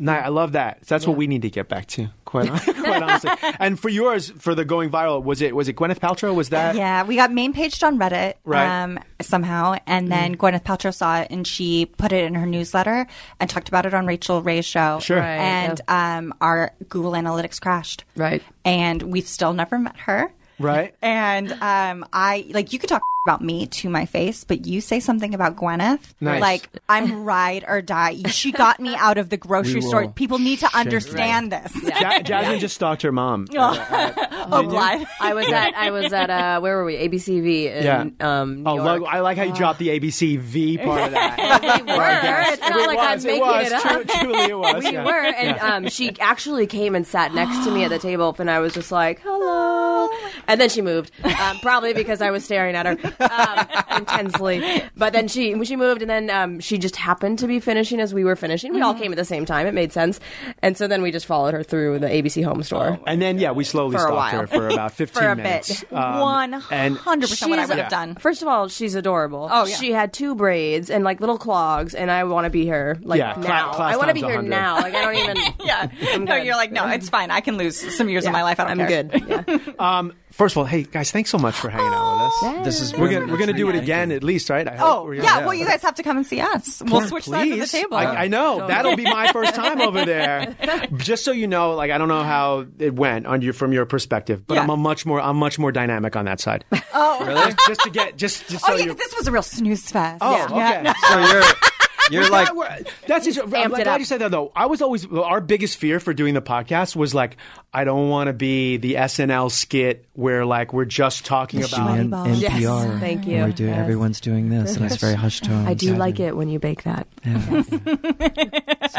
B: No, I love that. That's what we need to get back to, quite, hon- quite honestly. And for yours, for the going viral, was it was it Gwyneth Paltrow? Was that?
E: Yeah, we got main paged on Reddit
B: Right. Mm.
E: um, somehow, and then Gwyneth Paltrow saw it and she put it in her newsletter and talked about it on Rachel Ray's show.
B: Sure. Right,
E: and um, our Google Analytics crashed.
F: Right.
E: and we've still never met her.
B: Right.
E: And um, I like you could talk about me to my face, but you say something about Gwyneth,
B: Nice.
E: like I'm ride or die. She got me out of the grocery
D: will
E: store. People need to understand this.
B: Ja- Jasmine just stalked her mom.
E: Oh, Blythe.
F: I was at I was at uh where were we ABCV in
B: Yeah.
F: um New
B: Oh,
F: York.
B: lo- I like how you dropped the ABC V part of that.
F: we were. It's not
B: it
F: like
B: was,
F: I'm
B: it
F: making
B: was.
F: it up.
B: Tru- truly, it was.
F: we
B: yeah.
F: were, and um, she actually came and sat next to me at the table, and I was just like, "Hello," and then she moved, um, probably because I was staring at her um, intensely. But then she she moved, and then um, she just happened to be finishing as we were finishing. We
B: Mm-hmm.
F: all came at the same time; it made sense, and so then we just followed her through the ABC Home Store.
B: And then, yeah, we slowly
F: For a
B: stalked
F: while.
B: her for about 15
F: For a bit.
B: minutes. Um,
E: One
B: and-
E: hundred percent what I
F: She's-
E: would have done.
F: First of all, she's adorable.
E: Oh, yeah.
F: She had two braids and like little clogs, and I want to be her like
B: Yeah, cla-
F: now.
B: class
F: I want
B: times
F: to be here
B: 100.
F: now. Like I don't even.
E: Yeah. No,
F: good.
E: you're like, no, it's fine. I can lose some years of my life. I don't
F: I'm
E: care.
F: good. Yeah.
B: Um, first of all, hey, guys, thanks so much for hanging out with us.
F: Oh,
D: this is
B: We're gonna, we're gonna do it again at least, right? I hope.
E: Oh,
B: We're
E: yeah,
B: gonna-
E: Well, you guys have to come and see us. We'll switch sides of the
B: Please.
E: table.
B: I, I know that'll be my first time over there. Just so you know, like I don't know how it went on you from your perspective, but
E: Yeah.
B: I'm a much more I'm much more dynamic on that side. Oh, really? just to get just, just
E: oh,
B: so
E: yeah,
B: you.
E: because this was a real snooze fest.
B: Oh,
E: yeah.
B: okay.
D: so you're you're like
B: That were- that's just, I'm
F: amped it
B: glad
F: up.
B: you said that though. I was always our biggest fear for doing the podcast was like I don't want to be the SNL skit where like we're just talking about
D: N-
E: Volleyball.
D: NPR.
F: Yes, thank you.
D: We're doing,
F: Yes.
D: Everyone's doing this, and it's very hushed tone.
F: I do like it when you bake that.
D: So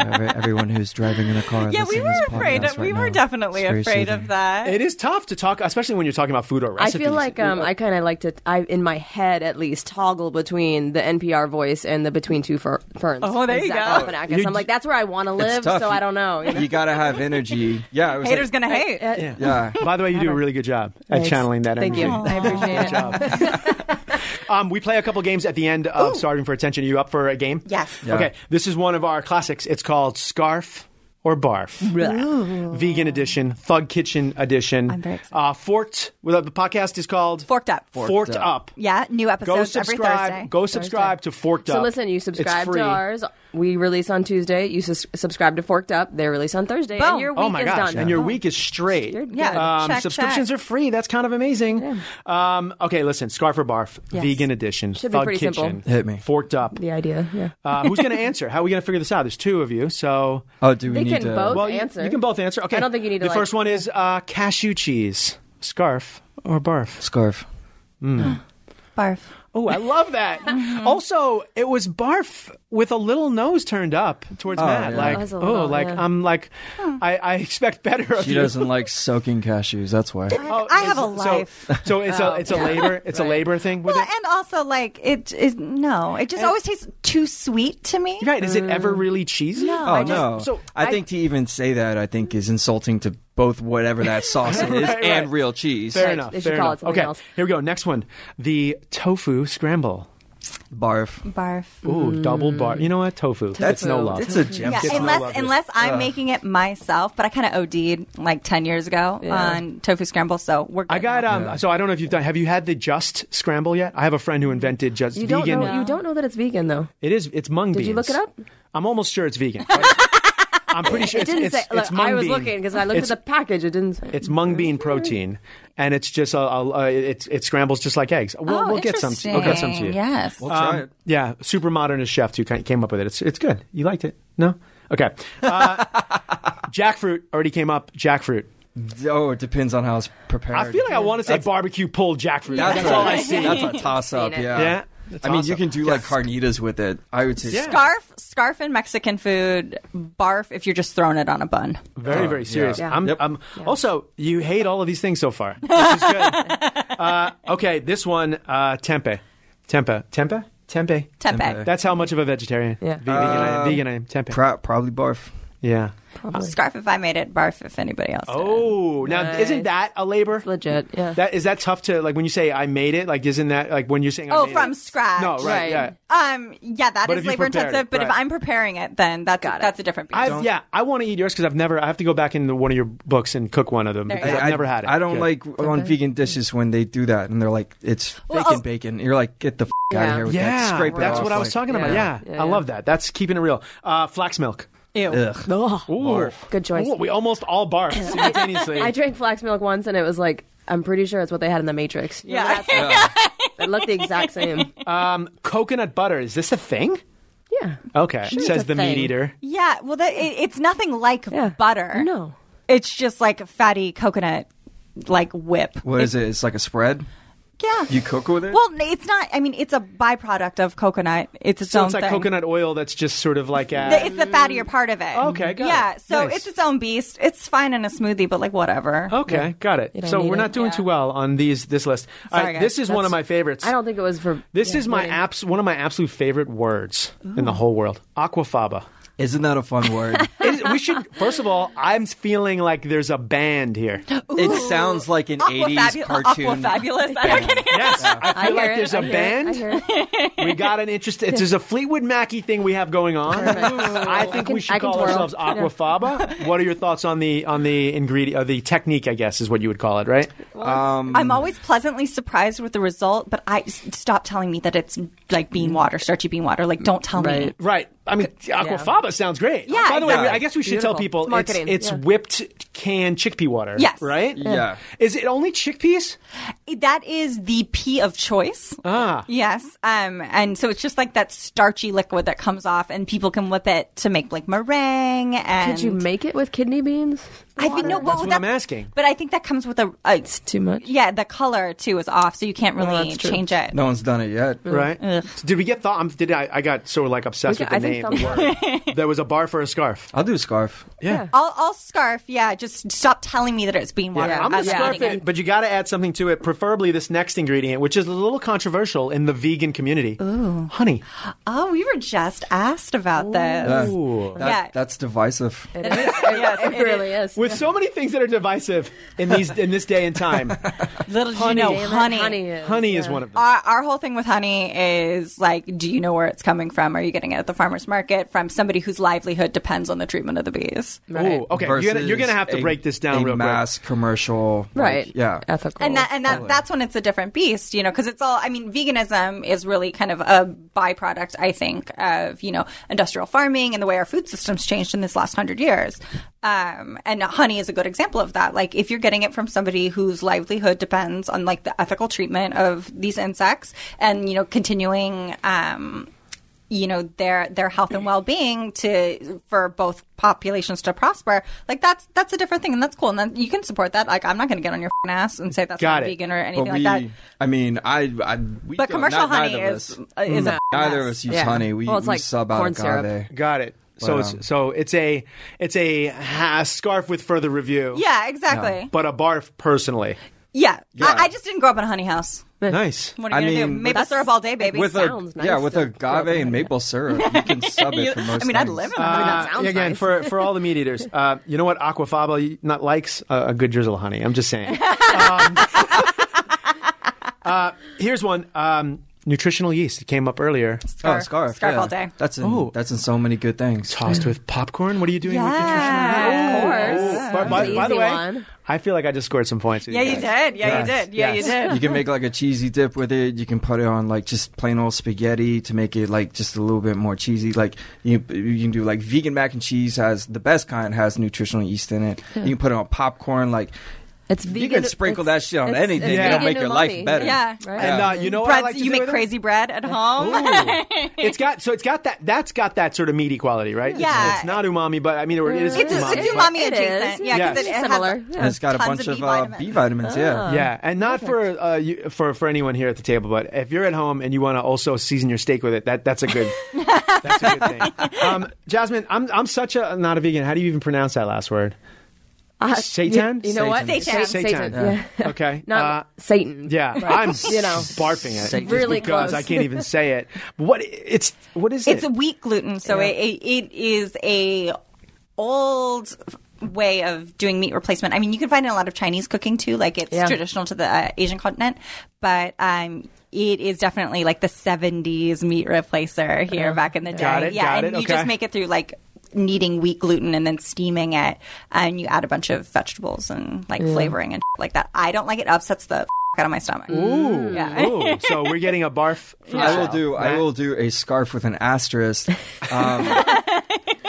D: every- everyone who's driving in a car.
E: Yeah, we
D: listening to
E: were
D: this
E: afraid
D: podcast
E: of. We
D: right
E: were
D: now.
E: definitely
D: It's very
E: afraid of
D: soothing.
E: that.
B: It is tough to talk, especially when you're talking about food or
F: I
B: recipes.
F: feel like um, I kind of like to. I in my head at least toggle between the NPR voice and the Between Two Fer- Ferns.
E: Oh, there
F: with
E: you
F: Zach
E: go.
F: Galifianakis. I'm like, that's where I want to
D: It's
F: live.
D: tough.
F: So I
D: You-
F: don't know. you know?
D: You gotta have energy. Yeah, it was like,
E: Haters gonna hate.
D: yeah.
B: By the way, you do a really good job at
F: Thanks.
B: channeling that
F: Thank
B: energy.
F: you. I appreciate it.
B: Um, we play a couple games at the end of Starving for Attention. Are you up for a game?
E: Yes.
D: Yeah.
B: Okay. This is one of our classics. It's called Scarf or Barf. Vegan edition, Thug Kitchen edition.
E: I'm very excited.
B: Uh, forked. Well, the podcast is called
E: Forked Up.
B: Forked,
D: Forked
B: up.
D: Up.
E: Yeah, new episodes
B: Go
E: every
B: subscribe.
E: Thursday.
B: Go subscribe to Forked Up.
F: So listen, you
B: It's
F: subscribe
B: free.
F: to ours. We release on Tuesday. You sus- subscribe to Forked Up. They release on Thursday.
E: Boom.
F: And your week
B: Oh my
F: is
B: gosh!
F: done.
B: And your week is straight.
F: You're good.
E: Yeah.
B: Um,
E: Check,
B: subscriptions
E: check.
B: are free. That's kind of amazing. Um, okay, listen. Scarf or barf,
F: Yes.
B: vegan edition,
F: Should be
B: thug
F: pretty
B: kitchen,
F: simple.
D: Hit me.
B: forked up.
F: The idea. Yeah.
B: Uh, who's going to answer? How are we going to figure this out? There's two of you, so
D: Oh, do we
F: They
D: need
F: can
D: to?
F: both-
B: you,
F: answer.
B: you can both answer. Okay,
F: I don't think you need to,
B: The
F: like-
B: first one is uh, cashew cheese, scarf or barf.
D: Scarf.
E: Barf.
F: Mm-hmm.
B: Oh, I love that. also, it was barf with a little nose turned up towards Matt.
D: yeah.
B: Like,
F: That's a
B: oh,
F: little,
B: like
F: yeah.
B: I'm like, I, I expect better of
D: She
B: you.
D: doesn't like soaking cashews. That's why.
B: Oh,
E: I have a
B: so-
E: life.
B: So, it's
F: Oh.
B: a it's a labor it's a labor thing with
E: Well,
B: it.
E: and also like it is no, it just always tastes too sweet to me.
B: Right? Is
F: mm-hmm.
B: it ever really cheesy?
E: No.
D: Oh
E: I just-
D: no!
B: so
D: I, think to even say that, I think is insulting to both whatever that sauce is
B: Right, right.
D: and real cheese.
B: Fair
F: Right,
B: enough.
F: they should
B: fair
F: call
B: enough.
F: it something
B: okay,
F: else.
B: here we go. Next one, the tofu scramble.
D: Barf.
E: Barf.
B: Ooh, double bar. You know what? Tofu. That's no love.
D: It's a gem.
E: Yeah,
B: It's not
E: unless
B: lovely.
E: unless I'm making it myself, but I kind of OD'd like ten years ago on tofu scramble, so we're. Good
B: I got
E: now.
B: um. So I don't know if you've done. Have you had the just scramble yet? I have a friend who invented just
F: You don't
B: vegan.
F: know. You don't know that it's vegan though.
B: It is. It's mung beans.
F: Did you look it up?
B: I'm almost sure it's vegan. I'm pretty sure
F: It
B: it's,
F: didn't
B: it's,
F: say. look,
B: it's mung
F: I was
B: bean.
F: looking because I looked
B: it's,
F: at the package. It didn't say.
B: It's mung bean protein, and it's just a, a, a it, it scrambles just like eggs. We'll,
E: Oh,
B: we'll get some. To,
E: interesting.
B: we'll get some to you. Um,
E: Yes.
D: We'll try it.
B: Yeah, super modernist chef who kind- came up with it. It's it's good. You liked it? No? Okay. Uh, jackfruit already came up. Jackfruit.
D: Oh, it depends on how it's prepared.
B: I feel like I want to say barbecue pulled jackfruit.
D: that's,
B: That's
D: a,
B: all I see.
D: That's a toss up.
F: Seen it.
D: Yeah.
B: yeah.
D: I mean,
B: Toss
D: you
B: up.
D: can do like carnitas with it. I would say.
B: Yeah.
E: Scarf, scarf in Mexican food. Barf if you're just throwing it on a bun.
B: Very,
D: Oh,
B: very
D: yeah.
B: serious.
F: Yeah.
B: I'm,
D: Yep.
B: I'm- Also, you hate all of these things so far. This is good. uh, okay, this one, uh, tempeh. Tempeh. Tempeh? Tempeh.
E: Tempeh.
D: Tempeh.
B: That's how much of a vegetarian.
F: Yeah.
B: Vegan, I am. Vegan I am. Tempeh.
D: Pro- probably barf.
B: yeah.
E: Scarf if I made it. Barf if anybody else. did.
B: Oh, now isn't that a labor?
F: legit. Yeah.
B: That is that tough to like when you say I made it. Like, isn't that like when you're saying I
E: Oh,
B: made
E: from
B: it?
E: scratch.
B: No, right?
F: Right.
B: Yeah.
E: Um. Yeah, that
B: But
E: is
B: if you
E: labor
B: prepared
E: intensive.
B: it,
E: But if
B: right.
E: I'm preparing it, then that's that's a different beast.
B: I've, yeah, I want to eat yours because I've never. I have to go back into one of your books and cook one of them
E: There
B: because
E: you go.
B: I've
D: I-
B: never had it.
D: I don't
B: Good.
D: like on vegan dishes when they do that and they're like, it's fake
E: Well, oh. I'll-
D: and bacon. You're like, get the f- out of
F: Yeah.
D: here with
B: Yeah,
D: that. Scrape it
B: that's
D: off,
B: what I was
D: like,
B: talking about. Yeah,
F: Yeah. Yeah,
B: I
F: yeah.
B: love that. That's keeping it real. Uh, flax milk.
E: Ew.
D: Ugh.
B: Ooh.
F: Good choice.
B: Ooh, we almost all barfed simultaneously.
F: I drank flax milk once, and it was like I'm pretty sure it's what they had in the Matrix. You
E: Yeah.
F: remember that? it looked the exact same.
B: um, coconut butter. Is this a thing?
F: Yeah.
B: Okay,
F: Sure,
B: says
F: it's
B: the
F: a
B: meat
F: thing.
B: eater.
E: Yeah, well, that, it, it's nothing like
F: Yeah.
E: butter.
F: No.
E: it's just like fatty coconut, like whip.
D: What is it? It's like a spread.
E: Yeah,
D: You cook with it.
E: Well, n- it's not. I mean, it's a byproduct of coconut. It's its
B: So
E: own
B: it's like
E: thing.
B: coconut oil that's just sort of like a,
E: The- It's the fattier part of it.
B: Okay, got
E: yeah.
B: it.
E: So
B: Nice.
E: it's its own beast. It's fine in a smoothie, but like whatever.
B: Okay, got it.
F: don't
B: So
F: need
B: we're
F: it.
B: not doing
E: Yeah.
B: too well on these this list. All
E: Sorry,
B: right, this
E: guys.
B: is one of my favorites.
F: I don't think it was for.
B: This
F: yeah,
B: is my
F: winning.
B: abs- one of my absolute favorite words in the whole world. Aquafaba.
D: Isn't that a fun word?
B: Is- we should first of all, I'm feeling like there's a band here.
D: it sounds like an '80s
E: Aquafabu-
D: cartoon.
E: Aquafabulous. I don't get it.
B: Yes, I feel
F: I hear
B: like
F: it,
B: there's
F: I
B: a
F: hear it, I
B: band.
F: hear it.
B: We got an interest. It's just a Fleetwood Mackey thing we have going on. I think
F: can-
B: we should
F: I can
B: call
F: twirl.
B: ourselves Aquafaba. What are your thoughts on the on the ingredient, uh, the technique? I guess is what you would call it, right?
D: Um,
E: I'm always pleasantly surprised with the result, but I s- stop telling me that it's like bean water, starchy bean water. Like, don't tell me.
F: Right.
B: Right. I mean, aquafaba sounds great.
E: Yeah,
B: By the way,
E: exactly.
B: I guess we should tell
F: Beautiful. It's
B: people it's,
F: marketing,
B: it's
F: yeah.
B: whipped canned chickpea water.
E: Yes.
B: Right?
D: Yeah.
B: Is it only chickpeas?
E: That is the pea of choice.
B: Ah.
E: Yes. Um, and so it's just like that starchy liquid that comes off, and people can whip it to make like meringue. And
F: Did you make it with kidney beans?
E: I think no.
B: That's
E: well,
B: what
E: that's-
B: I'm asking.
E: But I think that comes with a. a
F: It's too much.
E: yeah, the color too is off, so you can't really
F: that's true.
E: change it.
D: no one's done it yet.
B: Right. Did we get thought? I'm, did I? I got so like obsessed
F: We
B: with
F: got-
B: the
F: I
B: name.
F: think
B: the word. there was a bar for a scarf.
D: I'll do a scarf.
B: Yeah.
E: I'll, I'll scarf. Yeah, just stop telling me that it's bean water.
B: I'm gonna
E: as
B: scarf
E: eating
B: it, but you got to add something to it. Preferably this next ingredient, which is a little controversial in the vegan community. Ooh, honey.
E: Oh, we were just asked about this.
B: Ooh.
D: That,
E: Yeah.
D: That's divisive.
F: It, is. yes, it, really is.
B: With so many things that are divisive in these in this day and time,
E: Little did you know,
F: Damn it,
E: honey.
F: honey is.
B: honey is one of them.
E: Our, our whole thing with honey is like, do you know where it's coming from? Are you getting it at the farmer's market from somebody whose livelihood depends on the treatment of the bees?
F: Right.
B: Ooh, okay. You're gonna, you're gonna
D: versus
B: have to
D: a-
B: break this down
D: a
B: real
D: mass commercial. like,
F: Right.
D: yeah.
F: Ethical.
E: and that and that that's when it's a different beast, you know, because it's all. I mean, veganism is really kind of a byproduct, I think, of you know industrial farming and the way our food systems changed in this last hundred years. Um, and honey is a good example of that. Like, if you're getting it from somebody whose livelihood depends on like the ethical treatment of these insects, and you know, continuing. Um, you know their their health and well being to for both populations to prosper. Like that's that's a different thing, and that's cool, and then you can support that. Like I'm not going to get on your f***ing ass and say that's
B: Got
E: not
B: it.
E: vegan or anything
D: But
E: like
D: we,
E: that.
D: I mean, I, I we
E: But
D: don't-
E: commercial
D: not-
E: honey
D: neither of
E: is uh,
D: us-
E: is a
D: neither of us use
F: Yeah.
D: honey. We,
F: Well, it's
D: we
F: like
D: sub out
F: corn
D: agave.
F: syrup.
B: Got it. So
D: Wow.
B: it's so it's a it's a ha- scarf with further review.
E: yeah, exactly.
B: But a barf personally.
E: Yeah,
D: Yeah.
E: I, I just didn't grow up in a honey house.
B: Nice.
E: What
D: I
E: are you gonna do?
D: mean,
E: Maple
D: that's-
E: syrup all day, baby.
D: With a,
F: sounds
D: yeah,
F: nice
D: with
F: to grow
D: agave and maple syrup, you can sub it for most.
E: I mean, I'd
D: things.
E: live in a
B: Uh,
E: honey house.
F: sounds
B: again,
F: nice.
B: for for all the meat eaters, uh, you know what aquafaba not likes uh, a good drizzle of honey. I'm just saying. Um, uh, here's one um, nutritional yeast. It came up earlier.
D: Oh, scarf,
E: Scarf
D: yeah.
E: all day.
D: That's in,
B: Oh.
D: that's in so many good things.
B: Tossed with popcorn. What are you doing with nutritional? yeast?
E: Yeah, of course.
B: Oh, by, by-
F: It's an
B: by the
F: easy
B: way,
F: one.
B: I feel like I just scored some points.
E: Yeah, you did. Yeah, you
D: Yes.
E: did. Yeah,
B: Yes.
E: you did.
D: You can make like a cheesy dip with it. You can put it on like just plain old spaghetti to make it like just a little bit more cheesy. Like you, you can do like vegan mac and cheese has the best kind has nutritional yeast in it. You can put it on popcorn. Like
F: It's
D: you
F: vegan.
D: can sprinkle that
F: it's-
D: shit on
F: it's-
D: anything.
F: it's
D: It'll
F: vegan
D: make your life
F: umami.
D: better.
E: Yeah. Right.
B: And uh,
D: Yeah.
B: you know what I
E: Breads,
B: like to
E: you
B: do
E: make
B: with it?
E: crazy bread at home.
B: Ooh. it's got so it's got that that's got that sort of meaty quality, right?
E: Yeah.
B: It's, it's not umami, but I mean it is
E: It's,
B: umami.
E: it's
B: but-
E: umami
F: It
E: adjacent.
F: is.
E: Yeah, 'cause
B: Yes.
E: it, it has-
F: Similar.
D: And it's got a
E: Tons
D: bunch
E: of
D: of,
E: B
D: uh,
E: vitamins.
D: B vitamins. Yeah.
F: Uh-huh.
B: yeah, and not for uh, you, for for anyone here at the table, but if you're at home and you want to also season your steak with it, that that's a good that's a good thing. Um, Jasmine, I'm I'm such a not a vegan. How do you even pronounce that last word?
F: Uh,
B: Satan?
F: You, you know what?
E: Satan.
F: Satan.
B: Satan.
F: Yeah.
B: Okay,
F: Not
B: Uh,
F: Satan.
B: yeah,
F: But,
B: I'm
F: you know.
B: barfing it just
F: Really
B: because
F: close.
B: I can't even say it. What it's what is
E: It's
B: it?
E: a wheat gluten, so it, it is a old way of doing meat replacement. I mean, you can find it in a lot of Chinese cooking too. Like it's
F: Yeah.
E: traditional to the uh, Asian continent, but um, it is definitely like the '70s meat replacer here back in the day.
B: Got it,
E: yeah,
B: got
E: and
B: it,
E: you
B: okay.
E: just make it through like kneading wheat gluten and then steaming it, and you add a bunch of vegetables and like flavoring and like that. I don't like it. Upsets the f- out of my stomach.
B: Ooh,
E: Yeah.
B: ooh. So we're getting a barf. from
D: I will
B: Michelle.
D: do. I
B: Right?
D: will do a scarf with an asterisk. Um,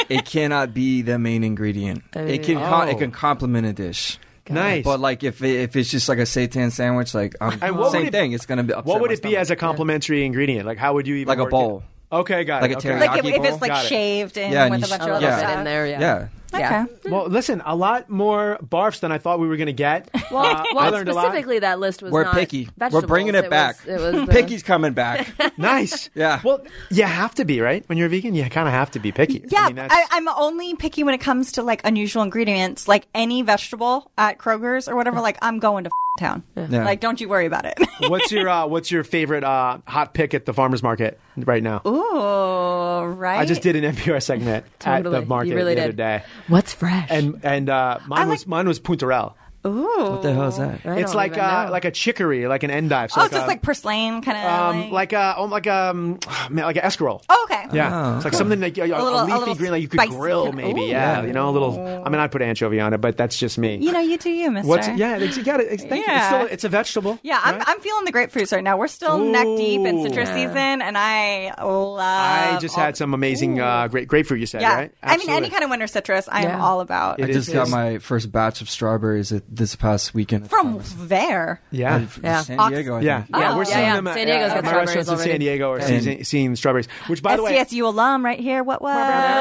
D: it cannot be the main ingredient. It can. com-
B: Oh.
D: it can complement a dish.
B: Nice.
D: But like if it, if it's just like a seitan sandwich, like um,
B: And what
D: same
B: would it-
D: thing. It's gonna be. upset
B: What would
D: my
B: it be
D: stomach.
B: as a complimentary ingredient? Like, how would you even
D: Like a
B: work it?
D: bowl.
B: Okay, got
D: Like
B: it.
D: a
B: okay.
D: teriyaki
E: Like if, if
D: bowl?
E: it's like
B: Got it.
E: shaved in
D: Yeah, and
E: with
D: you
E: a bunch
F: A
D: shove
E: of other
F: little
D: Yeah.
F: bit in
E: stuff.
F: there. Yeah.
D: Yeah.
E: Okay.
F: Yeah.
B: Well, listen, a lot more barfs than I thought we were going to get.
F: Well,
B: Uh, I
F: well
B: learned a lot.
F: specifically, that list was
D: We're
F: not
D: picky. We're
F: vegetables.
D: bringing it,
F: was-
D: back.
F: it was the-
D: Picky's coming back.
B: Nice.
D: Yeah.
B: Well, you have to be right when you're a vegan. You kind of have to be picky.
E: Yeah,
B: I
E: I
B: mean, that's-
E: I, am only picky when it comes to like unusual ingredients, like any vegetable at Kroger's or whatever. Like I'm going to f- town. Like don't you worry about it.
B: what's your uh, What's your favorite uh, hot pick at the farmers market right now?
E: Ooh, right.
B: I just did an NPR segment
F: Totally.
B: at the market
F: You really
B: the
F: did.
B: other day,
F: What's fresh?
B: and and uh, mine
E: like-
B: was mine was punterelle.
E: Ooh.
D: what the hell is that?
F: I
B: It's
F: don't
B: like
F: even
B: uh,
F: know.
B: like a chicory, like an endive. So
E: Oh, so
B: a-
E: it's like purslane kind of
B: um,
E: like.
B: like a oh, like um man, like an escarole.
E: Oh, okay.
B: Yeah, it's like something like a, a,
E: little- a
B: leafy
E: little
B: green, like you could
E: spicy
B: grill
E: kind of-
B: maybe.
E: Ooh.
B: yeah, you know, a little. I mean, I'd put anchovy on it, but that's just me.
E: You know, you do you, Mister.
B: What's yeah? You got it. It's- Thank you. It's,
E: Yeah.
B: still, it's a vegetable.
E: Yeah, I'm,
B: right?
E: I'm feeling the grapefruits right now. We're still neck deep in citrus
B: Ooh.
E: season, and I love.
B: I just
E: all-
B: had some amazing uh, great grapefruit. You said
E: uh, Yeah,
B: right?
E: I mean, any kind of winter citrus, I am
F: Yeah.
E: all about.
B: It
D: I just
B: is-
D: got
B: is-
D: my first batch of strawberries at this past weekend. at the
E: From
D: farmer's-
E: there,
B: yeah.
F: Yeah. Oh,
D: San Diego. I
B: Yeah,
D: think.
B: yeah, we're
E: Oh,
F: yeah,
B: seeing
F: yeah.
B: them. At, uh,
F: San Diego's
B: at
F: got
B: my
F: strawberries
B: restaurants in San
F: already.
B: Diego are seeing, seeing strawberries. Which, by the way,
E: SDSU alum right here. What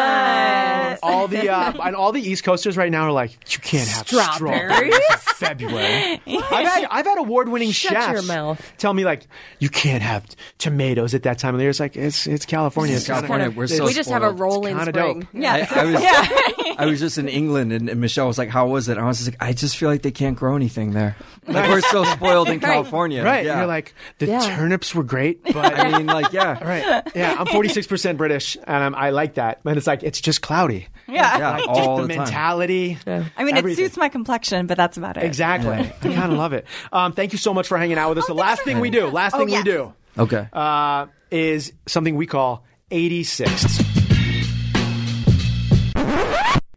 E: was?
B: all the uh, and all the East Coasters right now are like, you can't have
F: Strawberries?
B: strawberries in February. I've had, I've had award-winning chefs
F: your mouth.
B: tell me like, you can't have tomatoes at that time of the year. It's like it's it's California. It's
D: California,
B: Kinda,
D: we're so
F: we just have a
D: spoiled.
F: rolling
B: kinda
F: spring.
B: dope.
E: Yeah.
D: I, I was I was just in England and, and Michelle was like, "How was it?" I was just like, "I just feel like they can't grow anything there. Like, we're so spoiled in California,
B: right.
D: Yeah.
B: You're like the
F: Yeah.
B: turnips were great, but
D: I mean, like, yeah,
B: right, yeah. I'm 46 percent British, and I'm, I like that. And it's like it's just cloudy.
E: Yeah.
D: yeah,
B: Like,
D: all
B: just
D: the,
B: the,
D: time.
B: mentality.
E: I mean, it
B: everything.
E: suits my complexion, but that's about it.
B: Exactly. I kind of love it. Um, thank you so much for hanging out with us. the last thing we do, last
E: Oh,
B: thing
E: yes.
B: we do,
D: Okay,
B: uh, is something we call 86th.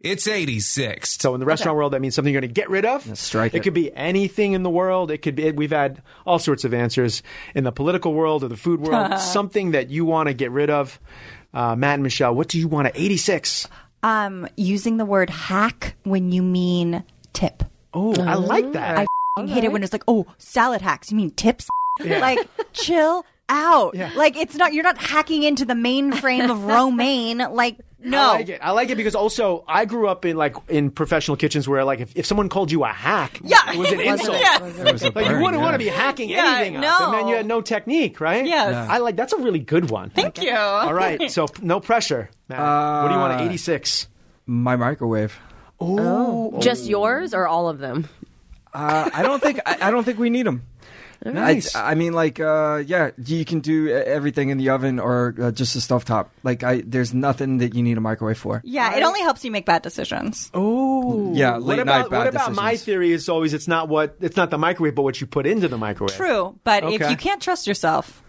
A: It's 86.
B: So in the restaurant world, that means something you're going to get rid of.
D: strike it.
B: could be anything in the world. It could be. We've had all sorts of answers in the political world or the food world. something that you want to get rid of. Uh, Matt and Michelle, what do you want to 86?
E: Um, using the word hack when you mean tip.
B: Oh, I like that.
E: I f***ing hate it when it's like, oh, salad hacks. You mean tips? Like, chill out. Like it's not you're not hacking into the mainframe of romaine. Like no,
B: I like it. I like it because also I grew up in like in professional kitchens where like if, if someone called you a hack,
E: Yeah.
B: it was an
E: Yes.
B: insult.
E: Yes.
D: It was a
B: Like you
D: burn,
B: wouldn't
D: yeah.
B: want to be hacking
E: Yeah,
B: anything
E: no.
B: up, and then you had no technique, right?
E: Yes. Yeah.
B: I like that's a really good one.
E: thank you.
B: All right, so p- no pressure. Matt. what do you want?
D: Uh,
B: Eighty six.
D: my microwave.
F: Just yours or all of them?
D: Uh, I don't think I, I don't think we need them.
B: Nice.
D: I, I mean, like, uh, yeah, you can do e- everything in the oven or uh, just a stove top. Like, I there's nothing that you need a microwave for.
E: Yeah, it only helps you make bad decisions.
B: Oh,
D: Yeah,
B: what
D: late night
B: about
D: bad
B: what about my
D: decisions.
B: theory is always it's not what it's not the microwave, but what you put into the microwave.
E: True, but if
B: Okay.
E: you can't trust yourself,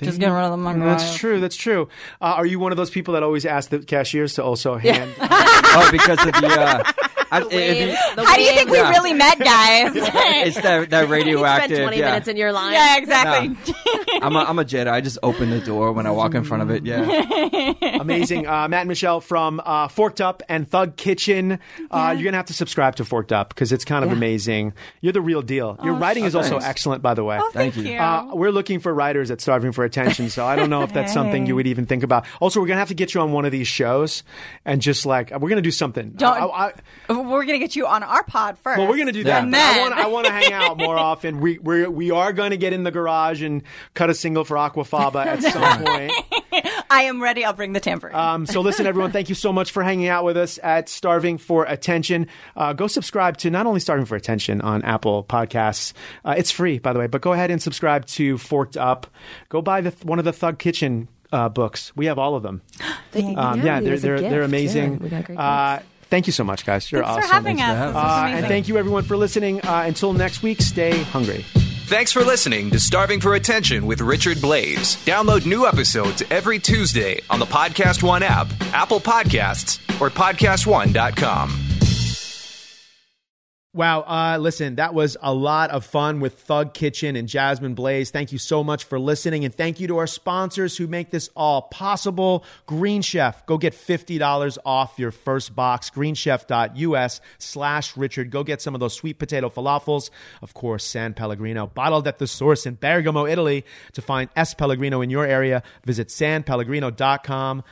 E: just get rid of the microwave.
B: That's true. That's true. Uh, are you one of those people that always ask the cashiers to also hand?
D: oh, because of the. Uh, I, if you-
E: How do you think we
D: Yeah.
E: really met, guys?
D: it's that, that
F: spent
D: radioactive.
F: 20
D: yeah.
F: minutes in your line?
E: yeah, exactly.
D: I'm a, I'm a Jedi. I just open the door when I walk in front of it. Yeah.
B: Amazing. Uh, Matt and Michelle from uh, Forked Up and Thug Kitchen. Uh, You're going to have to subscribe to Forked Up because it's kind of amazing. You're the real deal.
E: Oh,
B: Your writing is also
D: thanks.
B: excellent, by the way.
E: Thank
D: you.
E: you.
B: Uh, we're looking for writers at Starving for Attention, so I don't know if that's something you would even think about. Also, we're gonna have to get you on one of these shows, and just like uh, we're gonna do something.
E: Don't-
B: I- I-
E: we're gonna get you on our pod first.
B: well, we're gonna do that.
E: And
B: but I
E: then
B: want I want to hang out more often. We we're, we are gonna get in the garage and cut a single for Aquafaba at some point.
E: I am ready. I'll bring the tambourine.
B: Um, so listen, everyone, thank you so much for hanging out with us at Starving for Attention. Uh, go subscribe to not only Starving for Attention on Apple Podcasts. Uh, it's free, by the way, but go ahead and subscribe to Forked Up. Go buy the, one of the Thug Kitchen uh, books. We have all of them. Um, yeah, they're,
F: as a
B: they're,
F: gift.
B: they're
F: Yeah,
B: amazing.
F: we got great
B: uh, thank you so much, guys. You're
E: Thanks
B: awesome.
E: for having
D: Thanks for
E: us.
D: having
E: This
D: us.
E: was
B: uh,
E: amazing.
B: and thank you, everyone, for listening. Uh, until next week, stay hungry.
A: Thanks for listening to Starving for Attention with Richard Blaze. Download new episodes every Tuesday on the Podcast One app, Apple Podcasts, or PodcastOne.com.
H: Wow. Uh, listen, that was a lot of fun with Thug Kitchen and Jasmine Blaze. Thank you so much for listening. And thank you to our sponsors who make this all possible. Green Chef, go get $50 off your first box. Greenchef.us slash Richard. Go get some of those sweet potato falafels. Of course, San Pellegrino, bottled at the source in Bergamo, Italy. To find S. Pellegrino in your area, visit sanpellegrino.com.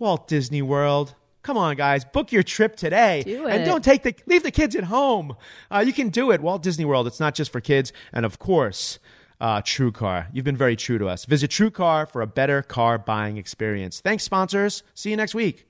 H: Walt Disney World. Come on, guys, book your trip today.
F: Do
H: And
F: it.
H: don't take the leave the kids at home. Uh, you can do it. Walt Disney World. It's not just for kids. And of course, uh, True Car. You've been very true to us. Visit True Car for a better car buying experience. Thanks, sponsors. See you next week.